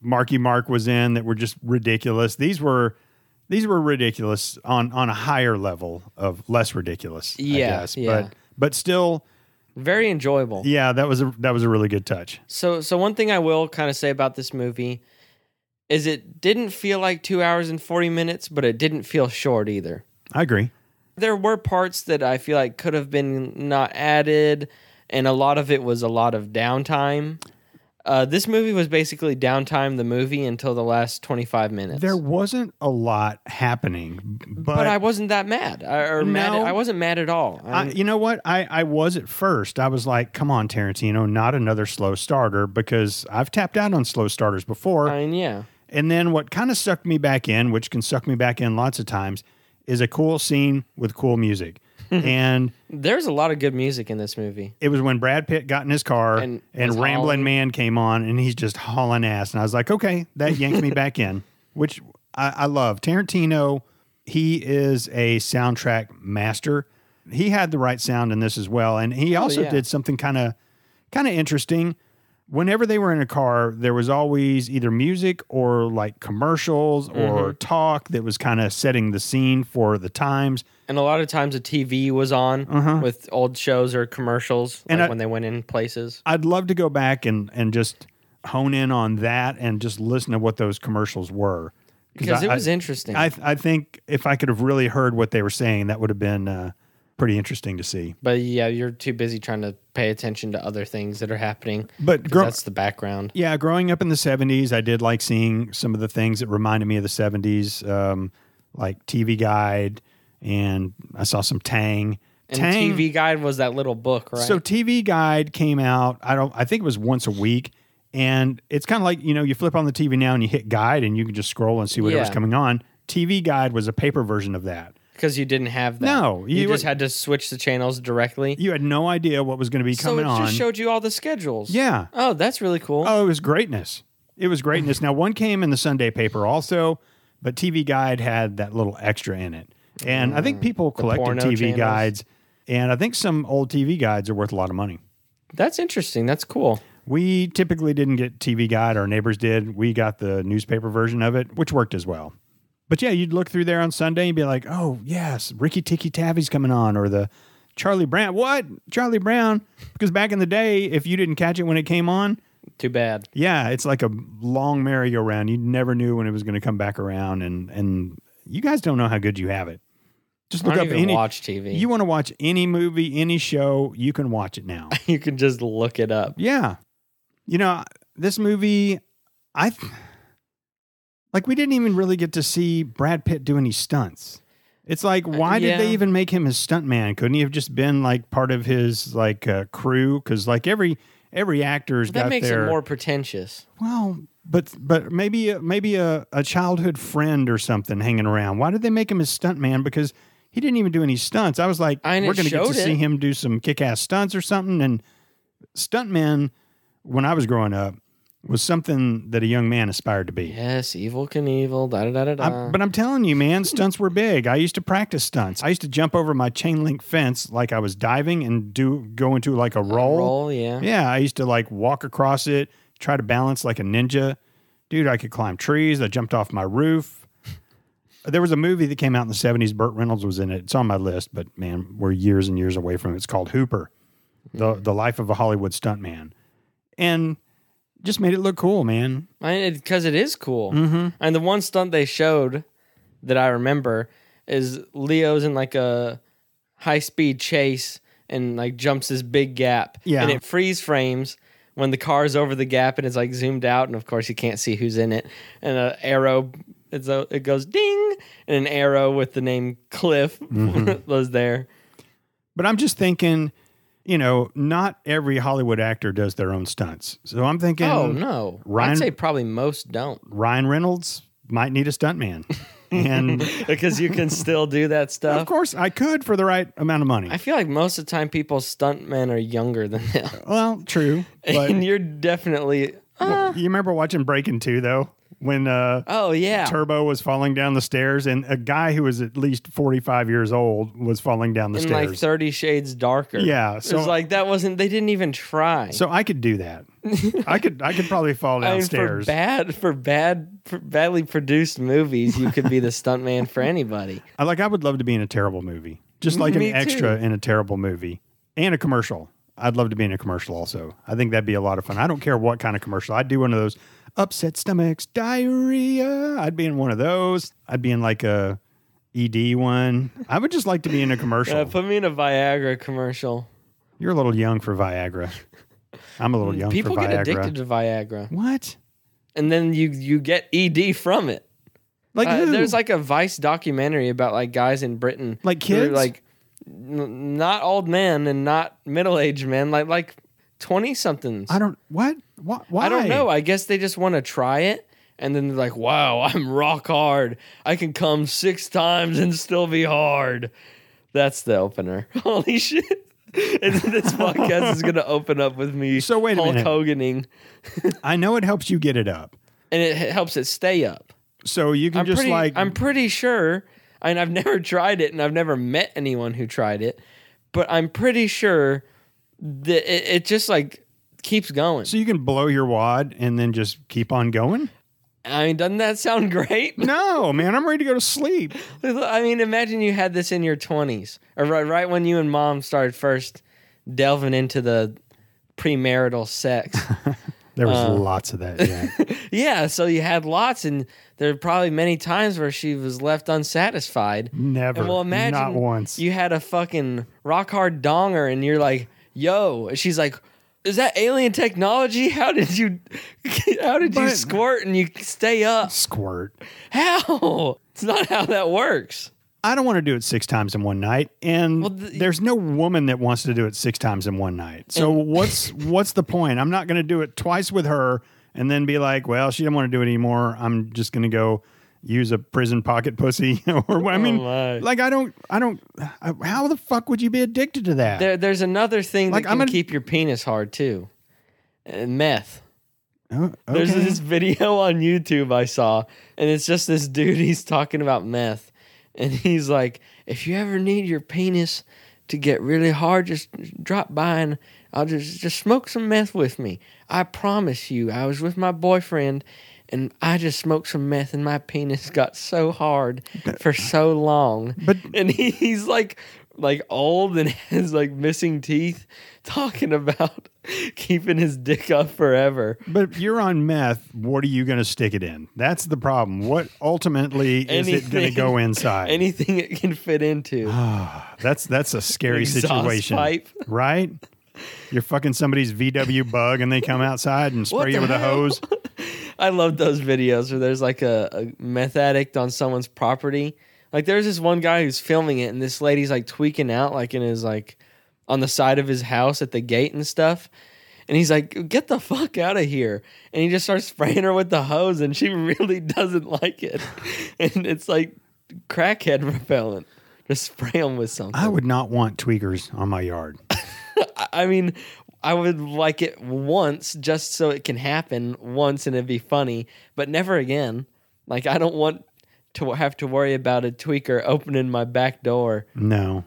[SPEAKER 1] Marky Mark was in that were just ridiculous. These were these were ridiculous on on a higher level of less ridiculous.
[SPEAKER 2] Yeah,
[SPEAKER 1] I guess.
[SPEAKER 2] yeah.
[SPEAKER 1] But but still,
[SPEAKER 2] very enjoyable.
[SPEAKER 1] Yeah, that was a that was a really good touch.
[SPEAKER 2] So, so one thing I will kind of say about this movie is it didn't feel like two hours and forty minutes, but it didn't feel short either.
[SPEAKER 1] I agree.
[SPEAKER 2] there were parts that I feel like could have been not added, and a lot of it was a lot of downtime. Uh, this movie was basically downtime the movie until the last 25 minutes.
[SPEAKER 1] There wasn't a lot happening, but,
[SPEAKER 2] but I
[SPEAKER 1] I,
[SPEAKER 2] wasn't that mad. I, or mad
[SPEAKER 1] No.
[SPEAKER 2] I wasn't mad at all. I'm-
[SPEAKER 1] you know what? I I was at first. I was like, "Come on, Tarantino, not another slow starter," because I've tapped out on slow starters before.
[SPEAKER 2] I mean, yeah.
[SPEAKER 1] And then what kind of sucked me back in, which can suck me back in lots of times, is a cool scene with cool music. and
[SPEAKER 2] There's a lot of good music in this movie.
[SPEAKER 1] it was when Brad Pitt got in his car and,
[SPEAKER 2] And was
[SPEAKER 1] Ramblin'
[SPEAKER 2] hauling.
[SPEAKER 1] Man came on and he's just hauling ass. And I was like, okay, that yanked me back
[SPEAKER 2] *laughs*
[SPEAKER 1] in, which I, I love. Tarantino, he is a soundtrack master. He had the right sound in this as well. And he also
[SPEAKER 2] Oh, yeah.
[SPEAKER 1] did something kind of kind of interesting. Whenever they were in a car, there was always either music or like commercials
[SPEAKER 2] Mm-hmm.
[SPEAKER 1] or talk that was kind of setting the scene for the times.
[SPEAKER 2] And a lot of times the TV was on with old shows or commercials
[SPEAKER 1] Uh-huh. And
[SPEAKER 2] like
[SPEAKER 1] I-
[SPEAKER 2] when they went in places.
[SPEAKER 1] I'd love to go back and and just hone in on that and just listen to what those commercials were
[SPEAKER 2] Because it
[SPEAKER 1] I-
[SPEAKER 2] was interesting.
[SPEAKER 1] I I think if I could have really heard what they were saying, that would have been uh, pretty interesting to see.
[SPEAKER 2] but yeah, you're too busy trying to pay attention to other things that are happening. 'cause
[SPEAKER 1] But gro-
[SPEAKER 2] that's the background.
[SPEAKER 1] yeah, growing up in the '70s, I did like seeing some of the things that reminded me of the '70s, um, like TV Guide, and I saw some Tang.
[SPEAKER 2] And
[SPEAKER 1] Tang
[SPEAKER 2] TV Guide was that little book, right?
[SPEAKER 1] So TV Guide came out. I don't. I think it was once a week, and it's kind of like you know you flip on the TV now and you hit Guide and you can just scroll and see whatever's
[SPEAKER 2] Yeah.
[SPEAKER 1] coming on. TV Guide was a paper version of that.
[SPEAKER 2] because you didn't have that.
[SPEAKER 1] No,
[SPEAKER 2] you,
[SPEAKER 1] you
[SPEAKER 2] just
[SPEAKER 1] were-
[SPEAKER 2] had to switch the channels directly.
[SPEAKER 1] You had no idea what was going to be
[SPEAKER 2] so
[SPEAKER 1] coming
[SPEAKER 2] it
[SPEAKER 1] on.
[SPEAKER 2] just showed you all the schedules.
[SPEAKER 1] yeah.
[SPEAKER 2] Oh, that's really cool.
[SPEAKER 1] Oh, it was greatness. It was greatness. now one came in the Sunday paper also, but TV Guide had that little extra in it, and I think people collected
[SPEAKER 2] Mm. porno
[SPEAKER 1] TV
[SPEAKER 2] channels.
[SPEAKER 1] guides, and I think some old TV guides are worth a lot of money.
[SPEAKER 2] That's interesting. That's cool.
[SPEAKER 1] We typically didn't get TV Guide. Our neighbors did. We got the newspaper version of it, which worked as well. But yeah, you'd look through there on Sunday and be like, oh, yes, Ricky Tikki Tavi's coming on, or the Charlie Brown. What? Charlie Brown? Because back in the day, if you didn't catch it when it came on,
[SPEAKER 2] Too bad.
[SPEAKER 1] yeah, it's like a long merry-go-round. You never knew when it was going to come back around, and and you guys don't know how good you have it. Just look
[SPEAKER 2] I don't
[SPEAKER 1] up
[SPEAKER 2] even
[SPEAKER 1] any.
[SPEAKER 2] watch TV.
[SPEAKER 1] You want to watch any movie, any show, you can watch it now.
[SPEAKER 2] *laughs* you can just look it up.
[SPEAKER 1] yeah, you know this movie. I th- like we didn't even really get to see Brad Pitt do any stunts. It's like why
[SPEAKER 2] Uh, yeah.
[SPEAKER 1] did they even make him his stunt man? Couldn't he have just been like part of his like uh, crew? Because like every every actor's
[SPEAKER 2] That
[SPEAKER 1] got
[SPEAKER 2] makes
[SPEAKER 1] their
[SPEAKER 2] it more pretentious.
[SPEAKER 1] well, but but maybe maybe a, a childhood friend or something hanging around. Why did they make him his stunt man? Because he didn't even do any stunts. I was like,
[SPEAKER 2] I know,
[SPEAKER 1] we're going to get to
[SPEAKER 2] showed
[SPEAKER 1] see
[SPEAKER 2] it.
[SPEAKER 1] him do some kick ass stunts or something. And stuntman, when I was growing up, was something that a young man aspired to be.
[SPEAKER 2] Yes, evil Knievel, da da da da
[SPEAKER 1] I'm-
[SPEAKER 2] da.
[SPEAKER 1] but I'm telling you, man, stunts were big. I used to practice stunts. I used to jump over my chain link fence like I was diving and do go into like a roll.
[SPEAKER 2] Roll, yeah.
[SPEAKER 1] Yeah, I used to like walk across it, try to balance like a ninja. Dude, I could climb trees. I jumped off my roof. There was a movie that came out in the 70s. Burt Reynolds was in it. It's on my list, but man, we're years and years away from it. It's called Hooper, the,
[SPEAKER 2] Mm.
[SPEAKER 1] the life of a Hollywood stuntman. And just made it look cool, man.
[SPEAKER 2] Because it is cool.
[SPEAKER 1] Mm-hmm.
[SPEAKER 2] And the one stunt they showed that I remember is Leo's in like a high speed chase and like jumps this big gap.
[SPEAKER 1] Yeah.
[SPEAKER 2] And it freeze frames when the car's over the gap and it's like zoomed out. And of course, you can't see who's in it. And an arrow, it's a, it goes ding. And an arrow with the name Cliff
[SPEAKER 1] Mm-hmm.
[SPEAKER 2] *laughs* was there.
[SPEAKER 1] But I'm just thinking, you know, not every Hollywood actor does their own stunts. So I'm thinking
[SPEAKER 2] Oh, no.
[SPEAKER 1] Ryan-
[SPEAKER 2] I'd say probably most don't
[SPEAKER 1] Ryan Reynolds might need a
[SPEAKER 2] *laughs*
[SPEAKER 1] stuntman. and
[SPEAKER 2] because you can still do that
[SPEAKER 1] of
[SPEAKER 2] stuff.
[SPEAKER 1] course, I could for the right amount of money.
[SPEAKER 2] I feel like most of the time people stuntmen are younger than *laughs* them.
[SPEAKER 1] Well, true. But
[SPEAKER 2] *laughs* and
[SPEAKER 1] you
[SPEAKER 2] you're definitely
[SPEAKER 1] remember watching Breaking Two though, when uh,
[SPEAKER 2] Oh yeah.
[SPEAKER 1] Turbo was falling down the stairs, and a guy who was at least forty-five years old was falling down the
[SPEAKER 2] and like
[SPEAKER 1] stairs.
[SPEAKER 2] 30 shades darker.
[SPEAKER 1] Yeah,
[SPEAKER 2] So
[SPEAKER 1] so-
[SPEAKER 2] it's like that wasn't they didn't even try.
[SPEAKER 1] so I could do that. I could. I could probably fall
[SPEAKER 2] *laughs* I mean, for
[SPEAKER 1] downstairs.
[SPEAKER 2] bad for bad for badly produced movies, you could
[SPEAKER 1] *laughs*
[SPEAKER 2] be the stuntman for anybody.
[SPEAKER 1] I like. I would love to be in a terrible movie, just like
[SPEAKER 2] Me
[SPEAKER 1] an
[SPEAKER 2] too.
[SPEAKER 1] extra in a terrible movie and a commercial. I'd love to be in a commercial also. I think that'd be a lot of fun. I don't care what kind of commercial. I'd do one of those upset stomachs, diarrhea. I'd be in one of those. I'd be in like a ED one. I would just like to be in a
[SPEAKER 2] Uh,
[SPEAKER 1] commercial.
[SPEAKER 2] put me in a Viagra commercial.
[SPEAKER 1] You're a little young for Viagra. I'm a little young
[SPEAKER 2] People
[SPEAKER 1] for Viagra.
[SPEAKER 2] get addicted to Viagra,
[SPEAKER 1] What?
[SPEAKER 2] and then you you get ED from it.
[SPEAKER 1] Like
[SPEAKER 2] Uh,
[SPEAKER 1] who?
[SPEAKER 2] there's like a Vice documentary about like guys in Britain,
[SPEAKER 1] Like
[SPEAKER 2] who are,
[SPEAKER 1] kids?
[SPEAKER 2] like n- not old men and not middle aged men, like like twenty somethings.
[SPEAKER 1] I don't what? Why?
[SPEAKER 2] I don't know. I guess they just want to try it. And then they're like, wow, *laughs* I'm rock hard. I can come six times and still be hard. That's the opener. *laughs* Holy shit. And
[SPEAKER 1] *laughs*
[SPEAKER 2] then this podcast is going to open up with me
[SPEAKER 1] So wait a
[SPEAKER 2] Hulk
[SPEAKER 1] minute.
[SPEAKER 2] Hoganing.
[SPEAKER 1] I know it helps you get it up.
[SPEAKER 2] And it h- helps it stay up.
[SPEAKER 1] So you can
[SPEAKER 2] I'm
[SPEAKER 1] just
[SPEAKER 2] pretty,
[SPEAKER 1] like
[SPEAKER 2] I'm pretty sure, and I've *laughs* never tried it, and I've never met anyone who tried it, but I'm pretty sure that it, it just like keeps going.
[SPEAKER 1] So you can blow your wad and then just keep on going?
[SPEAKER 2] I mean, doesn't that sound *laughs* great?
[SPEAKER 1] No, man, I'm ready to go to sleep.
[SPEAKER 2] I mean, imagine you had this in your 20s, or right, right when you and mom started first delving into the premarital sex.
[SPEAKER 1] *laughs* There was
[SPEAKER 2] Uh.
[SPEAKER 1] lots of that.
[SPEAKER 2] *laughs*
[SPEAKER 1] Yeah.
[SPEAKER 2] yeah, so you had lots, and there are probably many times where she was left unsatisfied.
[SPEAKER 1] Never.
[SPEAKER 2] And well, imagine
[SPEAKER 1] not once.
[SPEAKER 2] you had a fucking rock hard donger, and you're like, "Yo," and she's like, "Is that alien technology? *laughs* How did you, how did you
[SPEAKER 1] But-
[SPEAKER 2] squirt and you stay up?
[SPEAKER 1] Squirt.
[SPEAKER 2] How? *laughs* It's not how that works."
[SPEAKER 1] I don't want to do it six times in one night, and
[SPEAKER 2] th-
[SPEAKER 1] there's no woman that wants to do it six times in one night. So
[SPEAKER 2] *laughs*
[SPEAKER 1] what's what's the point? I'm not going to do it twice with her and then be like, well, she didn't want to do it anymore. I'm just going to go use a prison pocket pussy *laughs* or what? I mean,
[SPEAKER 2] my.
[SPEAKER 1] like I don't, I don't. I, how the fuck would you be addicted to that?
[SPEAKER 2] There, there's another thing
[SPEAKER 1] Like,
[SPEAKER 2] that
[SPEAKER 1] I'm
[SPEAKER 2] can
[SPEAKER 1] gonna-
[SPEAKER 2] keep your penis hard too. Uh, meth.
[SPEAKER 1] Oh,
[SPEAKER 2] There's
[SPEAKER 1] okay.
[SPEAKER 2] this video *laughs* on YouTube I saw, and it's just this dude. *laughs* He's talking about meth, and he's like, "If you ever need your penis to get really hard, just drop by and I'll just just smoke some meth with me. I promise you. I was with my boyfriend." And I just smoked some meth, *laughs* and my penis got so hard for so long.
[SPEAKER 1] But-
[SPEAKER 2] and he, he's like like old and *laughs* has like missing teeth talking about *laughs* keeping his dick up forever.
[SPEAKER 1] But if you're on meth, what are you going to stick it in? That's the problem. What ultimately is it going to
[SPEAKER 2] Anything.
[SPEAKER 1] go inside?
[SPEAKER 2] Anything *laughs* it can fit into.
[SPEAKER 1] Ah, that's that's a scary
[SPEAKER 2] Exhaust
[SPEAKER 1] situation,
[SPEAKER 2] pipe.
[SPEAKER 1] right? You're fucking somebody's VW bug, and they come outside and
[SPEAKER 2] What
[SPEAKER 1] spray you
[SPEAKER 2] the
[SPEAKER 1] with a
[SPEAKER 2] hell?
[SPEAKER 1] hose.
[SPEAKER 2] I love those videos where there's like a, a meth addict on someone's property. Like there's this one guy who's filming it, and this lady's like tweaking out, like in his like on the side of his house at the gate and stuff. And he's like, "Get the fuck out of here!" And he just starts *laughs* spraying her with the hose, and she *laughs* really doesn't like it. *laughs* And it's like crackhead repellent. Just spray them with something.
[SPEAKER 1] I would not want tweakers on my yard.
[SPEAKER 2] I- I mean, I would like it once just so it can happen once and it'd be funny, but never again. Like, I don't want to have to worry about a tweaker opening my
[SPEAKER 1] *laughs*
[SPEAKER 2] back door.
[SPEAKER 1] No.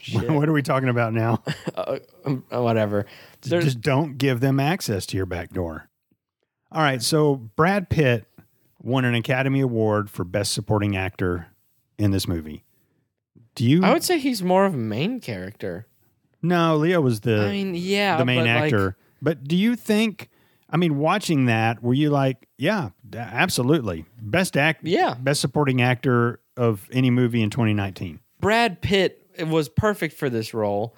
[SPEAKER 2] Shit.
[SPEAKER 1] what are we talking about now?
[SPEAKER 2] Uh, um, whatever. *laughs* There's,
[SPEAKER 1] Just don't give them access to your back door. All right. So Brad Pitt won an Academy Award for Best Supporting Actor in this movie. Do you?
[SPEAKER 2] I would say he's more of a main character.
[SPEAKER 1] no, Leo was the
[SPEAKER 2] I mean, yeah.
[SPEAKER 1] the main
[SPEAKER 2] but, like,
[SPEAKER 1] actor. but do you think? I mean, watching that, were you like, yeah, d- absolutely, best act,
[SPEAKER 2] Yeah.
[SPEAKER 1] best supporting actor of any movie in 2019?
[SPEAKER 2] Brad Pitt was perfect for this role.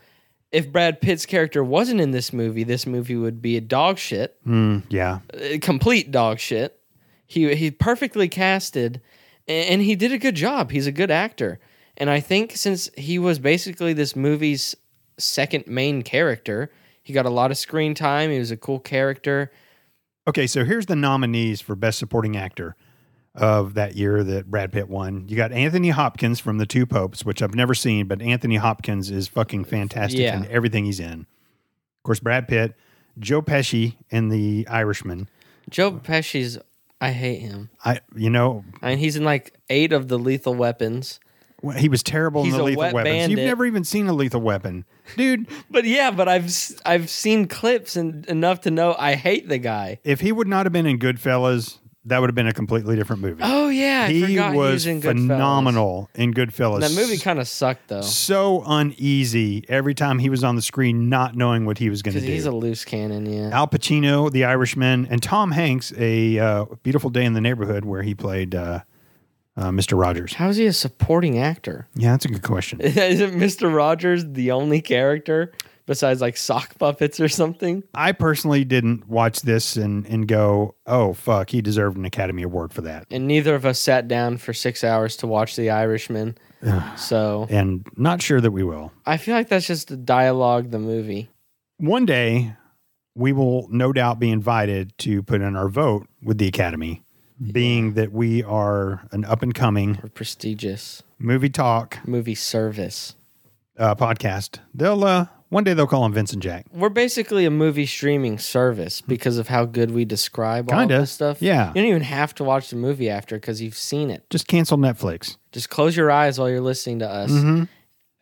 [SPEAKER 2] If Brad Pitt's character wasn't in this movie, this movie would be a dog shit.
[SPEAKER 1] Hmm, yeah,
[SPEAKER 2] uh, complete dog shit. He he perfectly casted, a- and he did a good job. He's a good actor, and I think since he was basically this movie's second main character, he got a lot of screen time. He was a cool character.
[SPEAKER 1] Okay, so here's the nominees for Best Supporting Actor of that year that Brad Pitt won. You got Anthony Hopkins from The Two Popes, which I've never seen, but Anthony Hopkins is fucking fantastic
[SPEAKER 2] Yeah.
[SPEAKER 1] in everything he's in. Of course, Brad Pitt, Joe Pesci in The Irishman.
[SPEAKER 2] Joe Pesci's I hate him.
[SPEAKER 1] I, you know,
[SPEAKER 2] I mean, he's in like eight of the Lethal Weapons.
[SPEAKER 1] wh- he was terrible
[SPEAKER 2] He's
[SPEAKER 1] in the
[SPEAKER 2] a
[SPEAKER 1] Lethal
[SPEAKER 2] wet
[SPEAKER 1] Weapons. You've
[SPEAKER 2] bandit.
[SPEAKER 1] never even seen a Lethal Weapon, dude.
[SPEAKER 2] But yeah, but I've s- I've seen clips and enough to know I hate the guy.
[SPEAKER 1] if he would not have been in Goodfellas, that would have been a completely different movie.
[SPEAKER 2] Oh yeah, I
[SPEAKER 1] he
[SPEAKER 2] forgot
[SPEAKER 1] was
[SPEAKER 2] he was in Goodfellas.
[SPEAKER 1] phenomenal in Goodfellas.
[SPEAKER 2] That movie kind of sucked though,
[SPEAKER 1] so uneasy every time he was on the screen, not knowing what he was going to
[SPEAKER 2] because
[SPEAKER 1] do.
[SPEAKER 2] he's a loose cannon. Yeah.
[SPEAKER 1] Al Pacino, The Irishman, and Tom Hanks, A uh, Beautiful Day in the Neighborhood, where he played uh, uh, Mr. Rogers.
[SPEAKER 2] How is he a supporting actor?
[SPEAKER 1] Yeah, that's a good question.
[SPEAKER 2] *laughs* Isn't Mr. Rogers the only character besides like sock puppets or something?
[SPEAKER 1] I personally didn't watch this and and go, oh fuck, he deserved an Academy Award for that.
[SPEAKER 2] And neither of us sat down for six hours to watch The Irishman. so
[SPEAKER 1] And not sure that we will.
[SPEAKER 2] I feel like that's just the dialogue, the movie.
[SPEAKER 1] One day, we will no doubt be invited to put in our vote with the Academy, being that we are an up and coming
[SPEAKER 2] Or prestigious
[SPEAKER 1] movie talk
[SPEAKER 2] movie service.
[SPEAKER 1] uh, podcast. They'll uh, one day they'll call him Vincent Jack.
[SPEAKER 2] We're basically a movie streaming service because of how good we describe all
[SPEAKER 1] Kinda,
[SPEAKER 2] of this stuff.
[SPEAKER 1] yeah.
[SPEAKER 2] You don't even have to watch the movie after because you've seen it.
[SPEAKER 1] Just cancel Netflix.
[SPEAKER 2] Just close your eyes while you're listening to us. And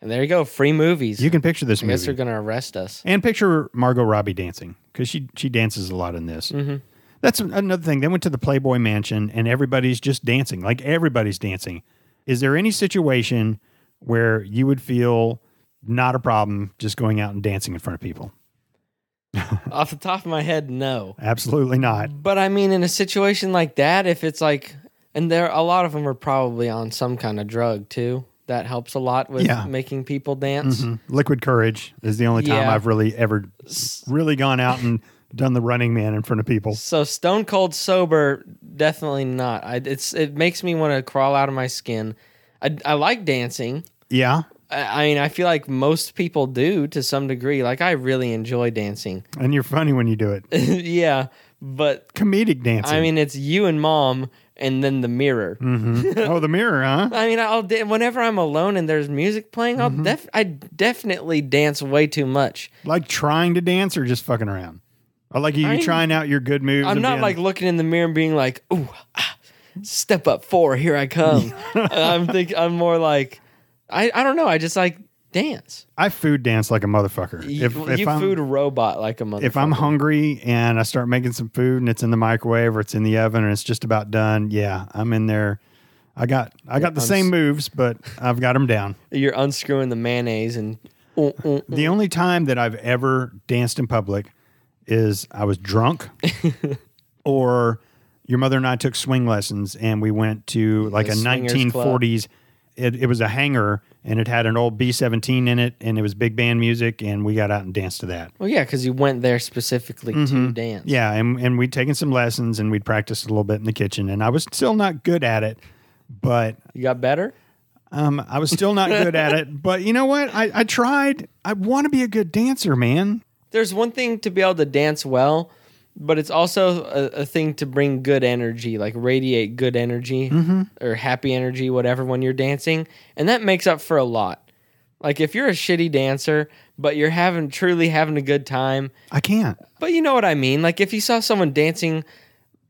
[SPEAKER 2] there you go. Free movies.
[SPEAKER 1] Mm-hmm. You can picture this
[SPEAKER 2] I guess they're
[SPEAKER 1] movie
[SPEAKER 2] going to arrest us.
[SPEAKER 1] and picture Margot Robbie dancing because she she dances a lot in this.
[SPEAKER 2] Mm-hmm.
[SPEAKER 1] That's an- another thing. They went to the Playboy Mansion and everybody's just dancing. Like everybody's dancing. Is there any situation where you would feel not a problem just going out and dancing in front of people?
[SPEAKER 2] Off the top of my head, no.
[SPEAKER 1] Absolutely not.
[SPEAKER 2] But I mean, in a situation like that, if it's like, and there a lot of them are probably on some kind of drug too. That helps a lot with
[SPEAKER 1] Yeah. Mm-hmm.
[SPEAKER 2] making people dance.
[SPEAKER 1] Liquid Courage is the only time
[SPEAKER 2] Yeah.
[SPEAKER 1] I've really ever really gone out and done the Running Man in front of people.
[SPEAKER 2] So stone cold sober, definitely not. I, it's it makes me want to crawl out of my skin. I, I like dancing.
[SPEAKER 1] Yeah.
[SPEAKER 2] I, I mean, I feel like most people do to some degree. Like I really enjoy dancing. *laughs*
[SPEAKER 1] And you're funny when you do it.
[SPEAKER 2] yeah, but
[SPEAKER 1] Comedic dancing.
[SPEAKER 2] I mean, it's you and mom, and then the mirror.
[SPEAKER 1] oh, the mirror, huh?
[SPEAKER 2] I mean, I'll da- whenever I'm alone and there's music playing, I'll
[SPEAKER 1] Mm-hmm.
[SPEAKER 2] def- I definitely dance way too much.
[SPEAKER 1] Like trying to dance or just fucking around? Or like are you
[SPEAKER 2] I'm-
[SPEAKER 1] trying out your good moves?
[SPEAKER 2] I'm
[SPEAKER 1] and
[SPEAKER 2] not
[SPEAKER 1] being-
[SPEAKER 2] like looking in the mirror and being like, "Ooh, ah, step up four, here
[SPEAKER 1] *laughs*
[SPEAKER 2] I come." I'm think I'm more like, I I don't know. I just like dance.
[SPEAKER 1] I food dance like a motherfucker.
[SPEAKER 2] You,
[SPEAKER 1] If, if
[SPEAKER 2] you
[SPEAKER 1] I'm
[SPEAKER 2] food robot like a motherfucker.
[SPEAKER 1] if I'm hungry and I start making some food and it's in the microwave or it's in the oven and it's just about done, yeah, I'm in there. I got I got the
[SPEAKER 2] I'm
[SPEAKER 1] same
[SPEAKER 2] s-
[SPEAKER 1] moves, but I've got them down.
[SPEAKER 2] You're unscrewing the mayonnaise and mm, mm, mm.
[SPEAKER 1] The only time that I've ever danced in public is I was
[SPEAKER 2] *laughs*
[SPEAKER 1] drunk, or your mother and I took swing lessons, and we went to like a
[SPEAKER 2] The swingers club.
[SPEAKER 1] 1940s. It, it was a hangar, and it had an old B17 in it, and it was big band music, and we got out and danced to that.
[SPEAKER 2] well, yeah, because you went there specifically to dance.
[SPEAKER 1] Mm-hmm. Yeah, and, and we'd taken some lessons, and we'd practiced a little bit in the kitchen, and I was still not good at it, but
[SPEAKER 2] you got better.
[SPEAKER 1] Um, I was still not good at
[SPEAKER 2] *laughs*
[SPEAKER 1] it, but you know what? I, I tried. I want to be a good dancer, man.
[SPEAKER 2] There's one thing to be able to dance well, but it's also a, a thing to bring good energy, like radiate good energy or happy energy, whatever, when you're dancing, and that makes up for a lot. Like if you're a shitty dancer, but you're having truly having a good time,
[SPEAKER 1] I can't.
[SPEAKER 2] But you know what I mean. Like if you saw someone dancing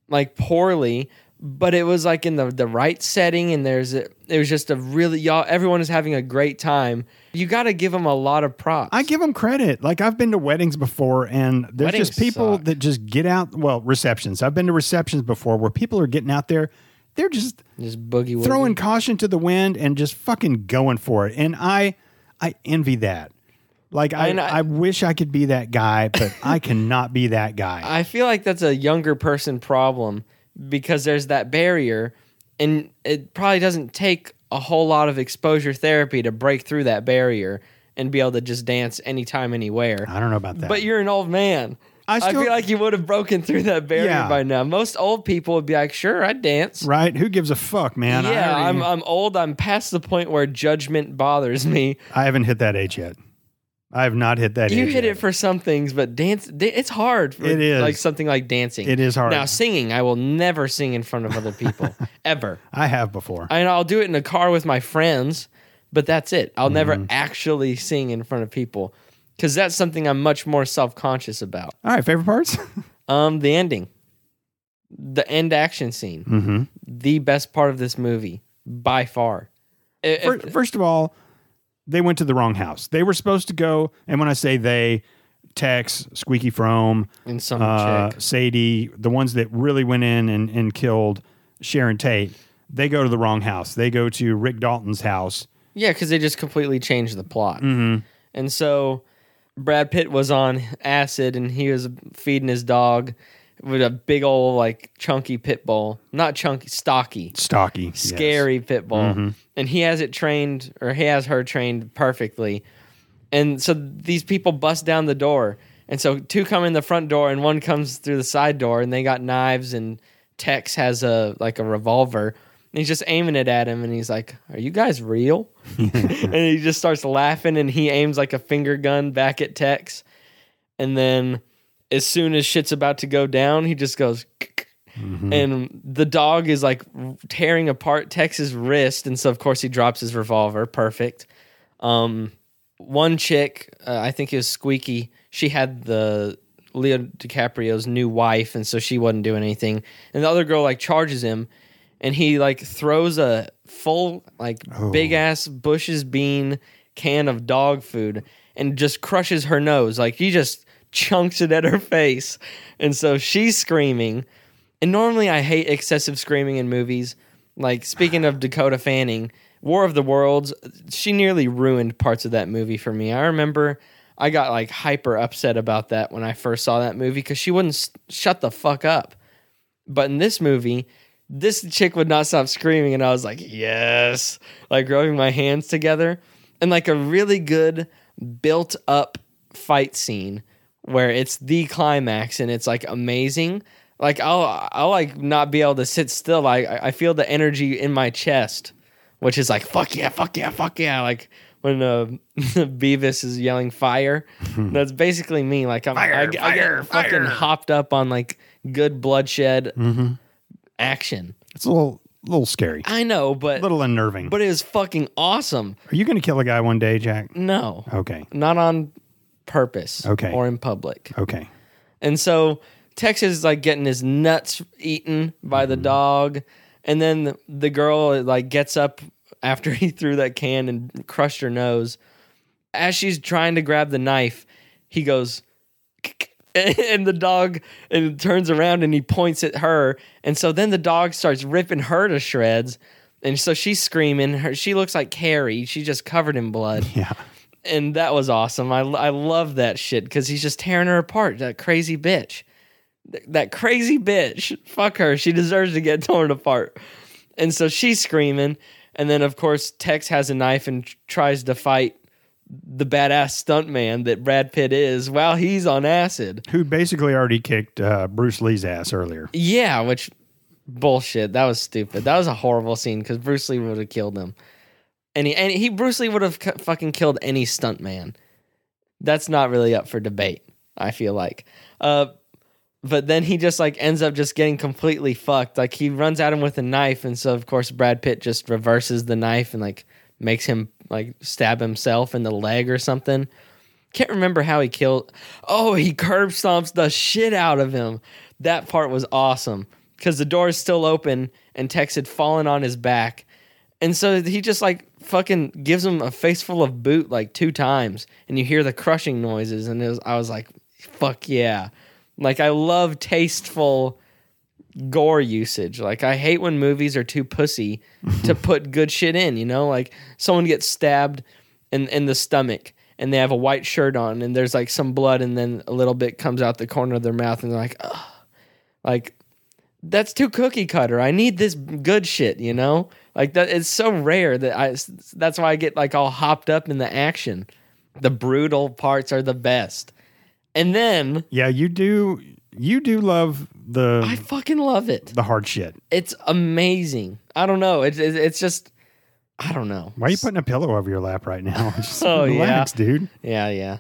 [SPEAKER 2] like poorly, but it was like in the the right setting, and there's a, it was just a really y'all. Everyone is having a great time. You got to give them a lot of props.
[SPEAKER 1] I give them credit. Like I've been to weddings before, and there's
[SPEAKER 2] Weddings
[SPEAKER 1] just people
[SPEAKER 2] suck.
[SPEAKER 1] that just get out. Well, receptions. I've been to receptions before where people are getting out there. They're just
[SPEAKER 2] just boogie woogie.
[SPEAKER 1] throwing caution to the wind and just fucking going for it. And I, I envy that. Like I,
[SPEAKER 2] And
[SPEAKER 1] I,
[SPEAKER 2] I-
[SPEAKER 1] wish I could be that guy,
[SPEAKER 2] *laughs*
[SPEAKER 1] but I cannot be that guy.
[SPEAKER 2] I feel like that's a younger person problem because there's that barrier, and it probably doesn't take a whole lot of exposure therapy to break through that barrier and be able to just dance anytime, anywhere.
[SPEAKER 1] I don't know about that.
[SPEAKER 2] But you're an old man.
[SPEAKER 1] I
[SPEAKER 2] I,
[SPEAKER 1] still-
[SPEAKER 2] feel like you would have broken through that barrier
[SPEAKER 1] Yeah.
[SPEAKER 2] by now. Most old people would be like, "Sure, I dance."
[SPEAKER 1] right? Who gives a fuck, man? I
[SPEAKER 2] yeah,
[SPEAKER 1] already-
[SPEAKER 2] I'm I'm old. I'm past the point where judgment bothers me.
[SPEAKER 1] I haven't hit that age yet. I have not hit that age.
[SPEAKER 2] uh, You hit
[SPEAKER 1] yet.
[SPEAKER 2] it for some things, but dance da- it's hard. For
[SPEAKER 1] It is.
[SPEAKER 2] like something like dancing.
[SPEAKER 1] It is hard.
[SPEAKER 2] Now singing, I will never sing in front of
[SPEAKER 1] *laughs*
[SPEAKER 2] other people ever.
[SPEAKER 1] I have before.
[SPEAKER 2] And I'll do it in a car with my friends, but that's it. I'll
[SPEAKER 1] Mm-hmm.
[SPEAKER 2] never actually sing in front of people because that's something I'm much more self conscious about.
[SPEAKER 1] All right, favorite parts? *laughs*
[SPEAKER 2] Um, the ending, the end action scene,
[SPEAKER 1] mm-hmm.
[SPEAKER 2] the best part of this movie by far. If-
[SPEAKER 1] first, first of all, they went to the wrong house. They were supposed to go, and when I say they, Tex, Squeaky Frome,
[SPEAKER 2] in some
[SPEAKER 1] uh,
[SPEAKER 2] chick,
[SPEAKER 1] Sadie, the ones that really went in and, and killed Sharon Tate, they go to the wrong house. They go to Rick Dalton's house.
[SPEAKER 2] yeah, because they just completely changed the plot, and so Brad Pitt was on acid and he was feeding his dog with a big old like chunky pit bull, not chunky, stocky,
[SPEAKER 1] Stocky. yes.
[SPEAKER 2] scary pit bull, and he has it trained or he has her trained perfectly. And so these people bust down the door, and so two come in the front door and one comes through the side door, and they got knives and Tex has a like a revolver. And he's just aiming it at him, and he's like, "Are you guys real?" *laughs* and he just starts laughing, and he aims like a finger gun back at Tex, and then as soon as shit's about to go down, he just goes. Mm-hmm. And the dog is like tearing apart Tex's wrist, and so of course he drops his revolver. Perfect. Um, one chick, uh, I think it was Squeaky. She had the Leo DiCaprio's new wife, and so she wasn't doing anything. And the other girl like charges him, and he like throws a full like big ass Bush's bean can of dog food and just crushes her nose. Like he just chunks it at her *laughs* face, and so she's screaming. And normally I hate excessive screaming in movies. Like speaking of Dakota Fanning, War of the Worlds, she nearly ruined parts of that movie for me. I remember I got like hyper upset about that when I first saw that movie cuz she wouldn't s- shut the fuck up. But in this movie, this chick would not stop screaming, and I was like, yes, like rubbing my hands together. And like a really good built up fight scene where it's the climax and it's like amazing. Like I'll I'll like not be able to sit still. Like I I feel the energy in my chest, which is like fuck yeah, fuck yeah, fuck yeah. Like when uh, *laughs* Beavis is yelling fire, that's basically me. Like I'm I,
[SPEAKER 1] Hmm. Fire,
[SPEAKER 2] I get
[SPEAKER 1] fire,
[SPEAKER 2] fucking
[SPEAKER 1] fire.
[SPEAKER 2] hopped up on like good bloodshed action.
[SPEAKER 1] It's a little, little scary,
[SPEAKER 2] I know,
[SPEAKER 1] a
[SPEAKER 2] but
[SPEAKER 1] little unnerving.
[SPEAKER 2] but it was fucking awesome.
[SPEAKER 1] Are you going to kill a guy one day, Jack?
[SPEAKER 2] No,
[SPEAKER 1] Okay.
[SPEAKER 2] not on purpose.
[SPEAKER 1] Okay.
[SPEAKER 2] or in public.
[SPEAKER 1] Okay.
[SPEAKER 2] And so Texas is like getting his nuts eaten by the dog, and then the, the girl like gets up after *laughs* he threw that can and crushed her nose. As she's trying to grab the knife, he goes, *laughs* and the dog and turns around and he points at her and so then the dog starts ripping her to shreds And so she's screaming. Her, she looks like Carrie. She's just covered in blood.
[SPEAKER 1] Yeah.
[SPEAKER 2] And that was awesome. I, I love that shit because he's just tearing her apart. That crazy bitch. Th- That crazy bitch. Fuck her. She deserves to get torn apart. And so she's screaming. And then, of course, Tex has a knife and tr- tries to fight the badass stuntman that Brad Pitt is while he's on acid.
[SPEAKER 1] Who basically already kicked uh, Bruce Lee's ass earlier.
[SPEAKER 2] Yeah, which bullshit. That was stupid. That was a horrible scene because Bruce Lee would have killed him, and he, and he Bruce Lee would have cu- fucking killed any stuntman. That's not really up for debate. I feel like, uh, but then he just like ends up just getting completely fucked. Like he runs at him with a knife, and so of course Brad Pitt just reverses the knife and like makes him like stab himself in the leg or something. Can't remember how he killed. Oh, he curb stomps the shit out of him. That part was awesome because the door is still open and Tex had fallen on his back. And so he just like fucking gives him a face full of boot like two times. And you hear the crushing noises. And it was, I was like, fuck yeah. Like, I love tasteful gore usage. Like I hate when movies are too pussy to put good shit in, you know? Like someone gets stabbed in in the stomach and they have a white shirt on and there's like some blood and then a little bit comes out the corner of their mouth and they're like, Ugh. Like that's too cookie cutter. I need this good shit, you know? Like that it's so rare that I that's why I get like all hopped up in the action. The brutal parts are the best. And then
[SPEAKER 1] Yeah, you do. You do love the
[SPEAKER 2] I fucking love it.
[SPEAKER 1] the hard shit.
[SPEAKER 2] It's amazing. I don't know. It's it's, it's just I don't know.
[SPEAKER 1] Why are you putting a pillow over your lap right now? *laughs* Just
[SPEAKER 2] Oh, yeah.
[SPEAKER 1] relax, dude.
[SPEAKER 2] Yeah, yeah.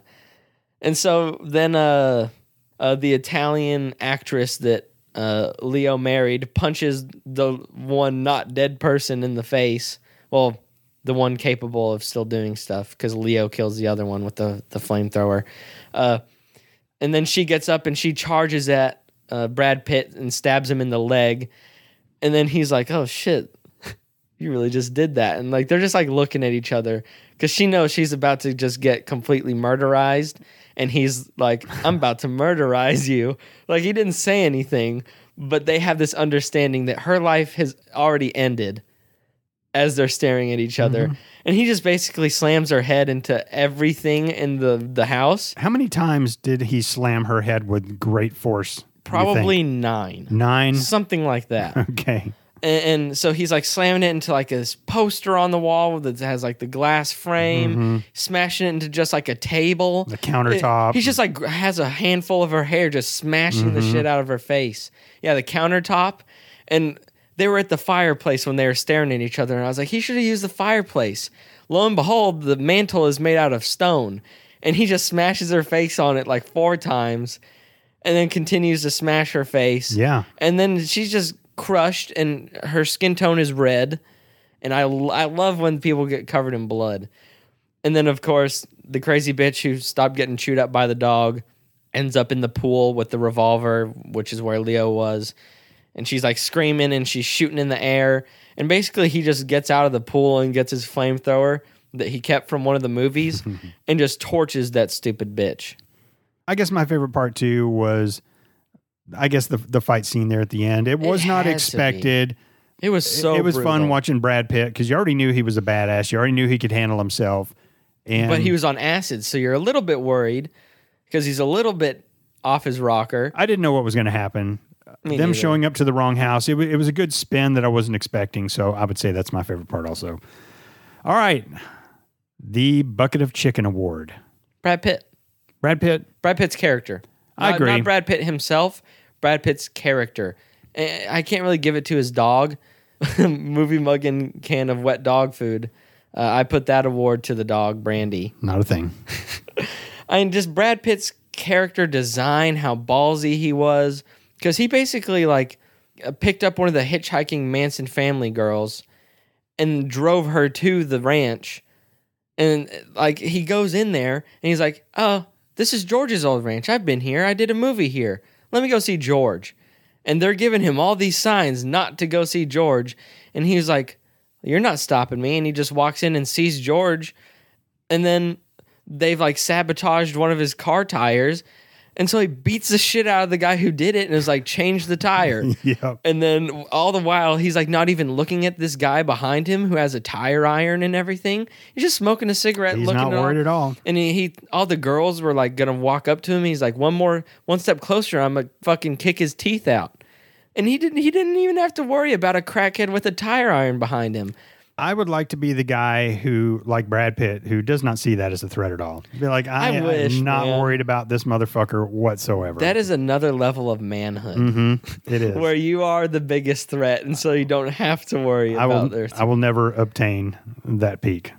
[SPEAKER 2] And so then uh, uh the Italian actress that uh Leo married punches the one not dead person in the face. Well, the one capable of still doing stuff cuz Leo kills the other one with the the flamethrower. Uh and then she gets up and she charges at uh, Brad Pitt and stabs him in the leg. And then he's like, "Oh shit, you really just did that." And like they're just like looking at each other because she knows she's about to just get completely murderized, and he's like, "I'm about to murderize you." Like he didn't say anything, but they have this understanding that her life has already ended as they're staring at each other. And he just basically slams her head into everything in the the house.
[SPEAKER 1] How many times did he slam her head with great force? you think?
[SPEAKER 2] Probably nine.
[SPEAKER 1] nine.
[SPEAKER 2] something like that.
[SPEAKER 1] *laughs* Okay.
[SPEAKER 2] and, and so he's like slamming it into like this poster on the wall that has like the glass frame, smashing it into just like a table,
[SPEAKER 1] Mm-hmm. The countertop.
[SPEAKER 2] It- he's just like gr- has a handful of her hair, just smashing the
[SPEAKER 1] Mm-hmm.
[SPEAKER 2] shit out of her face. Yeah, the countertop, and they were at the fireplace when they were staring at each other, and I was like, he should have used the fireplace. Lo and behold, the mantle is made out of stone, and he just smashes her face on it like four times, and then continues to smash her face.
[SPEAKER 1] Yeah.
[SPEAKER 2] And then she's just crushed, and her skin tone is red. And I, l- I love when people get covered in blood. And then, of course, the crazy bitch who stopped getting chewed up by the dog ends up in the pool with the revolver, which is where Leo was. And she's like screaming and she's shooting in the air. And basically, he just gets out of the pool and gets his flamethrower that he kept from one of
[SPEAKER 1] *laughs*
[SPEAKER 2] the movies and just torches that stupid bitch.
[SPEAKER 1] I guess my favorite part too was, I guess the the fight scene there at the end. It was not
[SPEAKER 2] had to be.
[SPEAKER 1] expected.
[SPEAKER 2] It was so.
[SPEAKER 1] it was fun
[SPEAKER 2] brutal.
[SPEAKER 1] watching Brad Pitt because you already knew he was a badass. You already knew he could handle himself. And
[SPEAKER 2] but he was on acid, so you're a little bit worried because he's a little bit off his rocker.
[SPEAKER 1] I didn't know what was going to happen.
[SPEAKER 2] Uh, Me
[SPEAKER 1] Them
[SPEAKER 2] neither.
[SPEAKER 1] showing up to the wrong house. It, wa- it was a good spin that I wasn't expecting. So I would say that's my favorite part also. All right. The Bucket of Chicken Award.
[SPEAKER 2] Brad Pitt,
[SPEAKER 1] Brad Pitt.
[SPEAKER 2] Brad Pitt's character.
[SPEAKER 1] I
[SPEAKER 2] Not-
[SPEAKER 1] agree.
[SPEAKER 2] Not Brad Pitt himself, Brad Pitt's character. Eh, I can't really give it to his dog. *laughs* Movie mugging can of wet dog food. Uh, I put that award to the dog, Brandy.
[SPEAKER 1] Not a
[SPEAKER 2] *laughs*
[SPEAKER 1] thing.
[SPEAKER 2] I mean, just Brad Pitt's character design, how ballsy he was, because he basically like uh, picked up one of the hitchhiking Manson family girls and drove her to the ranch, and uh, like he goes in there and he's like, "Oh, this is George's old ranch. I've been here. I did a movie here. Let me go see George." And they're giving him all these signs not to go see George, and he's like, "You're not stopping me." And he just walks in and sees George and then they've like sabotaged one of his car tires And so he beats the shit out of the guy who did it and is like, change the
[SPEAKER 1] *laughs*
[SPEAKER 2] tire.
[SPEAKER 1] yeah.
[SPEAKER 2] And then all the while, he's like not even looking at this guy behind him who has a tire iron and everything. He's just smoking a cigarette,
[SPEAKER 1] He's
[SPEAKER 2] looking
[SPEAKER 1] not
[SPEAKER 2] at all-
[SPEAKER 1] worried at all.
[SPEAKER 2] And he, he, all the girls were like gonna walk up to him. He's like, one more, one step closer, I'm gonna fucking kick his teeth out. And he didn't, he didn't even have to worry about a crackhead with a tire iron behind him.
[SPEAKER 1] I would like to be the guy who, like Brad Pitt, who does not see that as a threat at all. Be like, I,
[SPEAKER 2] I wish,
[SPEAKER 1] am not
[SPEAKER 2] man.
[SPEAKER 1] worried about this motherfucker whatsoever.
[SPEAKER 2] That is another level of manhood
[SPEAKER 1] hmm It is.
[SPEAKER 2] *laughs* where you are the biggest threat, and so you don't have to worry
[SPEAKER 1] I
[SPEAKER 2] about
[SPEAKER 1] will.
[SPEAKER 2] their.
[SPEAKER 1] I will never obtain that peak.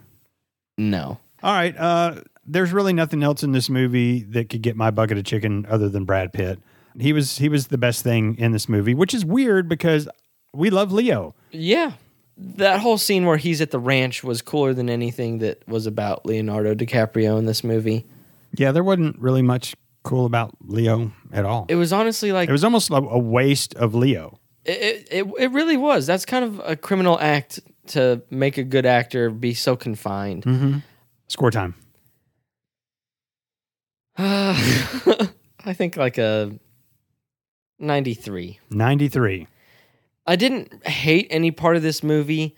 [SPEAKER 2] no,
[SPEAKER 1] All right. Uh, there's really nothing else in this movie that could get my bucket of chicken other than Brad Pitt. He was he was the best thing in this movie, which is weird because we love Leo.
[SPEAKER 2] yeah, that whole scene where he's at the ranch was cooler than anything that was about Leonardo DiCaprio in this movie.
[SPEAKER 1] Yeah, there wasn't really much cool about Leo at all.
[SPEAKER 2] It was honestly like
[SPEAKER 1] It was almost like a waste of Leo.
[SPEAKER 2] It, it, it really was. That's kind of a criminal act to make a good actor be so confined. *sighs*
[SPEAKER 1] Mm-hmm. Score time.
[SPEAKER 2] I think like a 93.
[SPEAKER 1] 93.
[SPEAKER 2] I didn't hate any part of this movie.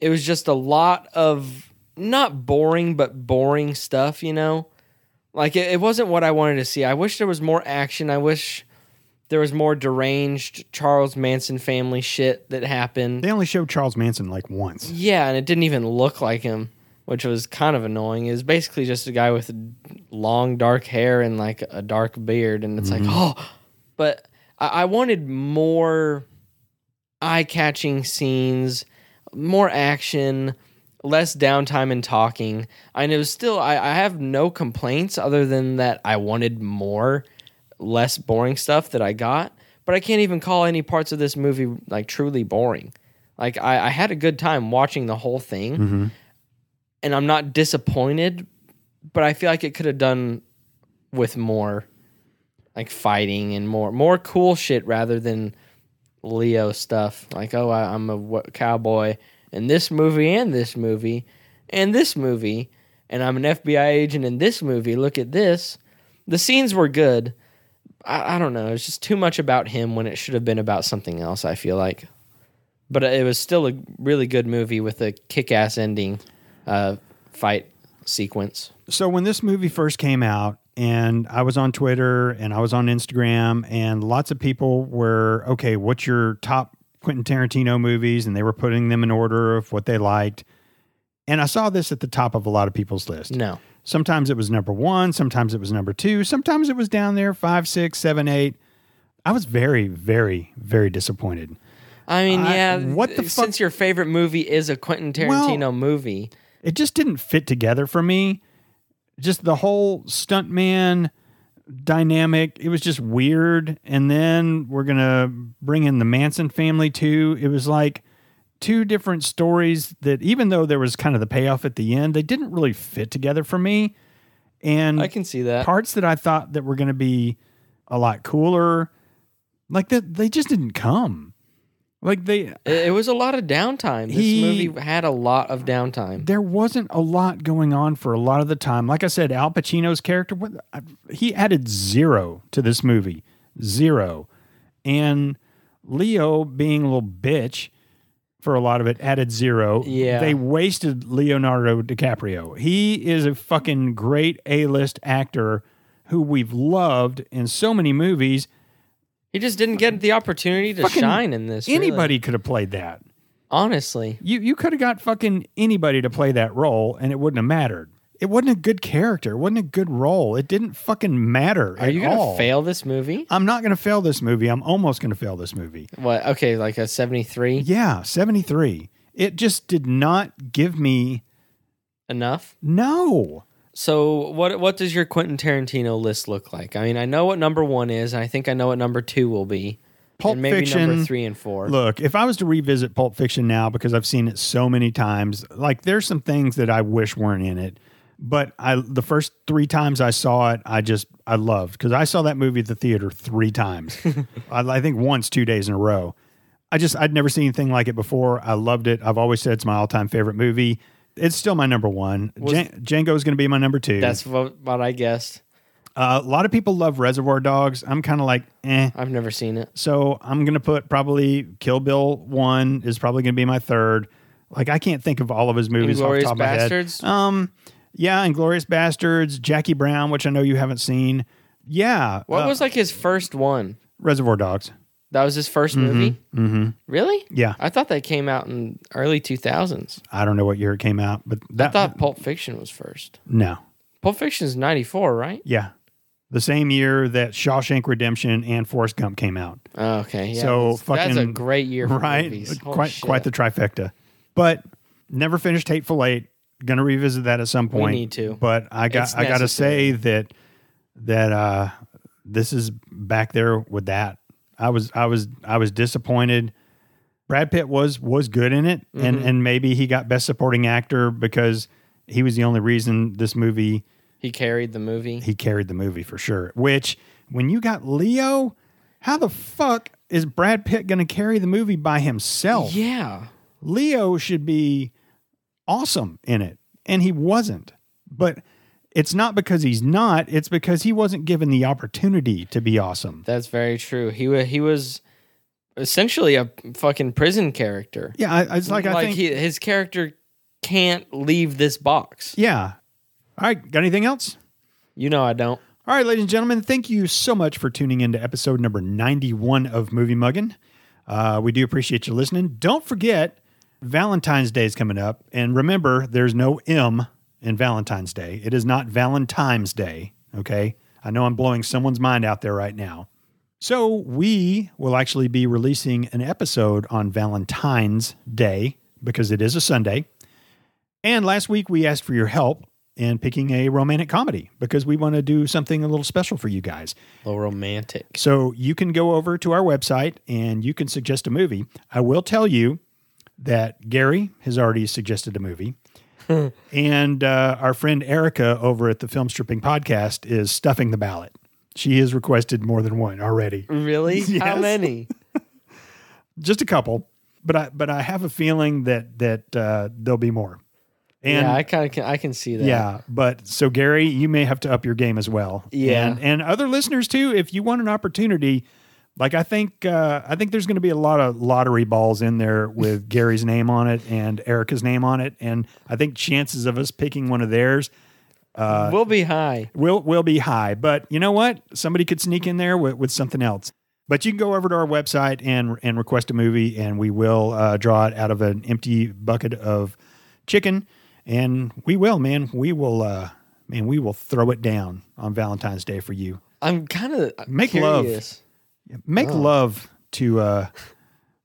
[SPEAKER 2] It was just a lot of not boring, but boring stuff, you know? Like it, it wasn't what I wanted to see. I wish there was more action. I wish there was more deranged Charles Manson family shit that happened.
[SPEAKER 1] They only showed Charles Manson like once.
[SPEAKER 2] Yeah, and it didn't even look like him, which was kind of annoying. It was basically just a guy with long dark hair and like a dark beard, and it's like, oh, but I, I wanted more eye catching scenes, more action, less downtime and talking. And it was still, I, I have no complaints other than that I wanted more, less boring stuff that I got. But I can't even call any parts of this movie like truly boring. Like I, I had a good time watching the whole thing, and I'm not disappointed. But I feel like it could have done with more, like fighting and more more cool shit rather than Leo stuff. Like oh, I, I'm a w- cowboy in this movie and this movie and this movie, and I'm an FBI agent in this movie. Look at this. The scenes were good. I, I don't know. It's just too much about him when it should have been about something else. I feel like but it was still a really good movie with a kick-ass ending uh, fight sequence.
[SPEAKER 1] So when this movie first came out, and I was on Twitter and I was on Instagram, and lots of people were, okay, what's your top Quentin Tarantino movies? And they were putting them in order of what they liked. And I saw this at the top of a lot of people's list.
[SPEAKER 2] No,
[SPEAKER 1] Sometimes it was number one, sometimes it was number two, sometimes it was down there five, six, seven, eight. I was very, very, very disappointed.
[SPEAKER 2] I mean,
[SPEAKER 1] I-
[SPEAKER 2] yeah.
[SPEAKER 1] what the fuck-
[SPEAKER 2] Since your favorite movie is a Quentin Tarantino
[SPEAKER 1] Well-
[SPEAKER 2] movie,
[SPEAKER 1] it just didn't fit together for me. Just the whole stuntman dynamic, it was just weird. And then we're going to bring in the Manson family too. It was like two different stories that, even though there was kind of the payoff at the end, they didn't really fit together for me. And
[SPEAKER 2] I can see that.
[SPEAKER 1] parts that I thought that were going to be a lot cooler, like that, they just didn't come. Like they,
[SPEAKER 2] It, it was a lot of downtime. This
[SPEAKER 1] He-
[SPEAKER 2] movie had a lot of downtime.
[SPEAKER 1] there wasn't a lot going on for a lot of the time. Like I said, Al Pacino's character, what, I- he added zero to this movie, zero. And Leo being a little bitch for a lot of it added zero.
[SPEAKER 2] Yeah.
[SPEAKER 1] They wasted Leonardo DiCaprio. He is a fucking great A list actor who we've loved in so many movies.
[SPEAKER 2] He just didn't get the opportunity to
[SPEAKER 1] Fucking
[SPEAKER 2] shine in this. really.
[SPEAKER 1] Anybody could have played that.
[SPEAKER 2] honestly.
[SPEAKER 1] You you could have got fucking anybody to play that role and it wouldn't have mattered. It wasn't a good character. It wasn't a good role. It didn't fucking matter
[SPEAKER 2] Are
[SPEAKER 1] at
[SPEAKER 2] you gonna
[SPEAKER 1] all.
[SPEAKER 2] fail this movie?
[SPEAKER 1] I'm not gonna fail this movie. I'm almost gonna fail this movie.
[SPEAKER 2] What? Okay, like a seventy-three.
[SPEAKER 1] Yeah, 73. It just did not give me
[SPEAKER 2] Enough.
[SPEAKER 1] no.
[SPEAKER 2] So what what does your Quentin Tarantino list look like? I mean, I know what number one is, and I think I know what number two will be.
[SPEAKER 1] Pulp
[SPEAKER 2] and maybe number
[SPEAKER 1] Fiction.
[SPEAKER 2] three and four.
[SPEAKER 1] Look, if I was to revisit Pulp Fiction now because I've seen it so many times, like there's some things that I wish weren't in it, but I the first 3 times I saw it, I just I loved cuz I saw that movie at the theater 3 times. I, I think once 2 days in a row. I just I'd never seen anything like it before. I loved it. I've always said it's my all-time favorite movie. It's still my number 1. Django is going to be my number 2.
[SPEAKER 2] That's what, what I guessed.
[SPEAKER 1] Uh, a lot of people love Reservoir Dogs. I'm kind of like, eh.
[SPEAKER 2] I've never seen it.
[SPEAKER 1] So I'm gonna put probably Kill Bill one is probably gonna be my third. Like I can't think of all of his movies off the
[SPEAKER 2] Inglourious
[SPEAKER 1] top of my head.
[SPEAKER 2] Basterds?
[SPEAKER 1] Um, yeah, Inglorious Bastards, Jackie Brown, which I know you haven't seen. Yeah,
[SPEAKER 2] What
[SPEAKER 1] uh,
[SPEAKER 2] was like his first one?
[SPEAKER 1] Reservoir Dogs?
[SPEAKER 2] That was his 1st movie.
[SPEAKER 1] Mm-hmm.
[SPEAKER 2] Really?
[SPEAKER 1] Yeah,
[SPEAKER 2] I thought that came out in early two thousands.
[SPEAKER 1] I don't know what year it came out, but that
[SPEAKER 2] I thought Pulp Fiction was first.
[SPEAKER 1] no,
[SPEAKER 2] Pulp Fiction's ninety four, right?
[SPEAKER 1] yeah, the same year that Shawshank Redemption and Forrest Gump came out.
[SPEAKER 2] Oh, okay. Yeah,
[SPEAKER 1] So
[SPEAKER 2] that's, that's a
[SPEAKER 1] fucking-
[SPEAKER 2] great year, for
[SPEAKER 1] right?
[SPEAKER 2] Movies. Holy
[SPEAKER 1] Quite
[SPEAKER 2] shit.
[SPEAKER 1] quite the trifecta. But never finished Hateful Eight. Gonna revisit that at some point.
[SPEAKER 2] need to.
[SPEAKER 1] But I got
[SPEAKER 2] It's
[SPEAKER 1] I gotta
[SPEAKER 2] necessary.
[SPEAKER 1] say that that uh this is back there with that. I was I was I was disappointed. Brad Pitt was was good in it and
[SPEAKER 2] Mm-hmm.
[SPEAKER 1] and maybe he got best supporting actor because he was the only reason this movie
[SPEAKER 2] he carried the movie.
[SPEAKER 1] he carried the movie for sure. Which, when you got Leo, how the fuck is Brad Pitt going to carry the movie by himself?
[SPEAKER 2] Yeah,
[SPEAKER 1] Leo should be awesome in it, and he wasn't. But it's not because he's not; it's because he wasn't given the opportunity to be awesome.
[SPEAKER 2] that's very true. He wa- he was essentially a fucking prison character.
[SPEAKER 1] Yeah, I, it's like, I think.
[SPEAKER 2] he, his character can't leave this box.
[SPEAKER 1] yeah. All right, got anything else?
[SPEAKER 2] You know I don't.
[SPEAKER 1] All right, ladies and gentlemen, thank you so much for tuning in to episode number 91 of Movie Muggin. Uh, we do appreciate you listening. Don't forget, Valentine's Day is coming up. And remember, there's no M in Valentine's Day. It is not Valentine's Day, okay? I know I'm blowing someone's mind out there right now. So we will actually be releasing an episode on Valentine's Day because it is a Sunday. And last week we asked for your help in picking a romantic comedy because we want to do something a little special for you guys.
[SPEAKER 2] A little romantic.
[SPEAKER 1] So you can go over to our website and you can suggest a movie. I will tell you that Gary has already suggested a movie. and uh, our friend Erica over at the Film Stripping Podcast is stuffing the ballot. She has requested more than one already,
[SPEAKER 2] Really? How
[SPEAKER 1] *laughs* Yes.
[SPEAKER 2] many?
[SPEAKER 1] just a couple. But I but I have a feeling that that uh, there'll be more. And
[SPEAKER 2] yeah, I kind of can, I can see that.
[SPEAKER 1] Yeah, but so Gary, you may have to up your game as well.
[SPEAKER 2] Yeah.
[SPEAKER 1] and, and other listeners too. If you want an opportunity, like I think, uh, I think there's going to be a lot of lottery balls in there
[SPEAKER 2] *laughs*
[SPEAKER 1] with Gary's name on it and Erica's name on it, and I think chances of us picking one of theirs
[SPEAKER 2] we'll be high.
[SPEAKER 1] will will be high. But you know what? Somebody could sneak in there with, with something else. But you can go over to our website and and request a movie, and we will uh, draw it out of an empty bucket of chicken, and we will, man, we will, uh, man, we will throw it down on Valentine's Day for you.
[SPEAKER 2] I'm kind of
[SPEAKER 1] Make love.
[SPEAKER 2] curious.
[SPEAKER 1] Make
[SPEAKER 2] Oh.
[SPEAKER 1] love to uh,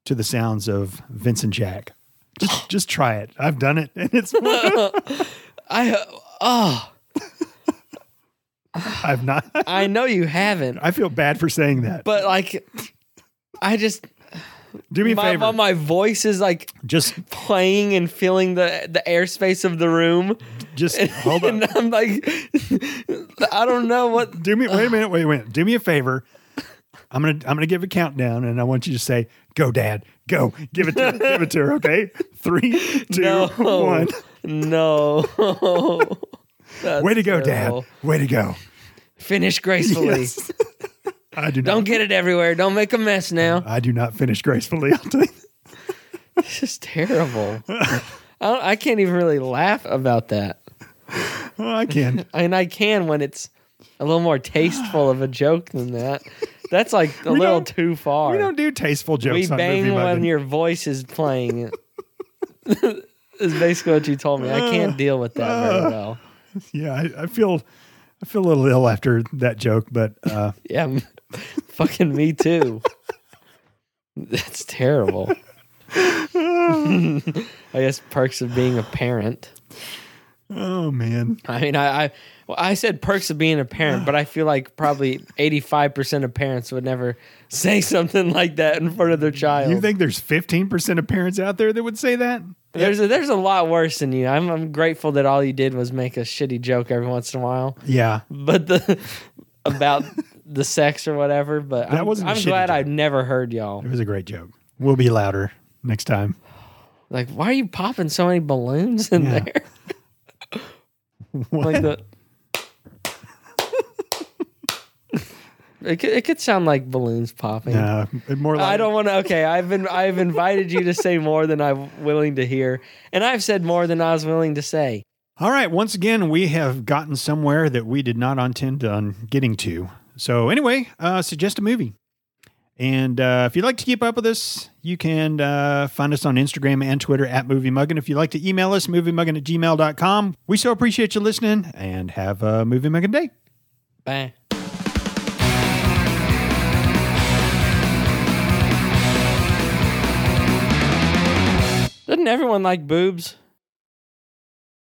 [SPEAKER 1] to the sounds of Vincent Jack. Just just try it. I've done it, and
[SPEAKER 2] *laughs*
[SPEAKER 1] it's
[SPEAKER 2] I oh,
[SPEAKER 1] I've not.
[SPEAKER 2] I know you haven't,
[SPEAKER 1] I feel bad for saying that.
[SPEAKER 2] but like, I
[SPEAKER 1] *laughs*
[SPEAKER 2] just
[SPEAKER 1] Do me a
[SPEAKER 2] my,
[SPEAKER 1] favor.
[SPEAKER 2] my my voice is like
[SPEAKER 1] just
[SPEAKER 2] playing and feeling the the airspace of the room, *laughs*
[SPEAKER 1] just hold on.
[SPEAKER 2] and I'm like, *laughs* I don't know what.
[SPEAKER 1] Do me wait a minute, wait a minute. Do me a favor. I'm gonna I'm gonna give a countdown, and I want you to say, "Go, Dad, go, give it
[SPEAKER 2] *laughs*
[SPEAKER 1] to her, give it to her." Okay, three, two,
[SPEAKER 2] No,
[SPEAKER 1] one.
[SPEAKER 2] no. *laughs* That's
[SPEAKER 1] Way to go,
[SPEAKER 2] terrible.
[SPEAKER 1] Dad. Way to go.
[SPEAKER 2] Finish gracefully.
[SPEAKER 1] Yes. I do
[SPEAKER 2] Don't
[SPEAKER 1] not.
[SPEAKER 2] get it everywhere. Don't make a
[SPEAKER 1] *laughs*
[SPEAKER 2] mess now.
[SPEAKER 1] I do not finish gracefully. *laughs* I'll tell you.
[SPEAKER 2] This is
[SPEAKER 1] *laughs*
[SPEAKER 2] terrible. I, don't, I can't even really laugh about that.
[SPEAKER 1] Oh, I can.
[SPEAKER 2] and I can when it's a little more tasteful of a joke than that. That's like a
[SPEAKER 1] We
[SPEAKER 2] little
[SPEAKER 1] don't-
[SPEAKER 2] too far.
[SPEAKER 1] We
[SPEAKER 2] We,
[SPEAKER 1] don't do tasteful jokes. on
[SPEAKER 2] bang
[SPEAKER 1] movie
[SPEAKER 2] when
[SPEAKER 1] Muggin.
[SPEAKER 2] your voice is playing. is basically what you told me. I can't deal with that
[SPEAKER 1] Uh.
[SPEAKER 2] very well.
[SPEAKER 1] Yeah, I, I feel I feel a little ill after that joke, but uh, *laughs*
[SPEAKER 2] Yeah, m- *laughs* fucking me too. That's
[SPEAKER 1] *laughs*
[SPEAKER 2] terrible. I guess perks of being a parent.
[SPEAKER 1] oh man,
[SPEAKER 2] I mean, I I, well, I said perks of being a parent, but I feel like probably eighty five percent of parents would never say something like that in front of their child.
[SPEAKER 1] you think there's 15 percent of parents out there that would say that?
[SPEAKER 2] there's a, there's a lot worse than you. I'm I'm grateful that all you did was make a shitty joke every once in a while,
[SPEAKER 1] Yeah,
[SPEAKER 2] but the about the sex or whatever. But I'm,
[SPEAKER 1] wasn't a
[SPEAKER 2] I'm
[SPEAKER 1] shitty
[SPEAKER 2] glad
[SPEAKER 1] joke.
[SPEAKER 2] I've never heard y'all.
[SPEAKER 1] it was a great joke. We'll be louder next time.
[SPEAKER 2] Like, why are you popping so many balloons in
[SPEAKER 1] Yeah. *laughs*
[SPEAKER 2] there?
[SPEAKER 1] What?
[SPEAKER 2] Like the It could, it could sound like balloons popping.
[SPEAKER 1] No, Uh, more like
[SPEAKER 2] I don't want to. Okay, I've been I've invited you to say more than I'm willing to hear, and I've said more than I was willing to say.
[SPEAKER 1] All right. Once again, we have gotten somewhere that we did not intend on getting to. So, anyway, uh, suggest a movie. And uh, if you'd like to keep up with us, you can uh, find us on Instagram and Twitter at Movie Muggin. If you'd like to email us, moviemuggin at gmail.com. We so appreciate you listening and have a Movie Muggin day.
[SPEAKER 2] Bye. Doesn't everyone like boobs?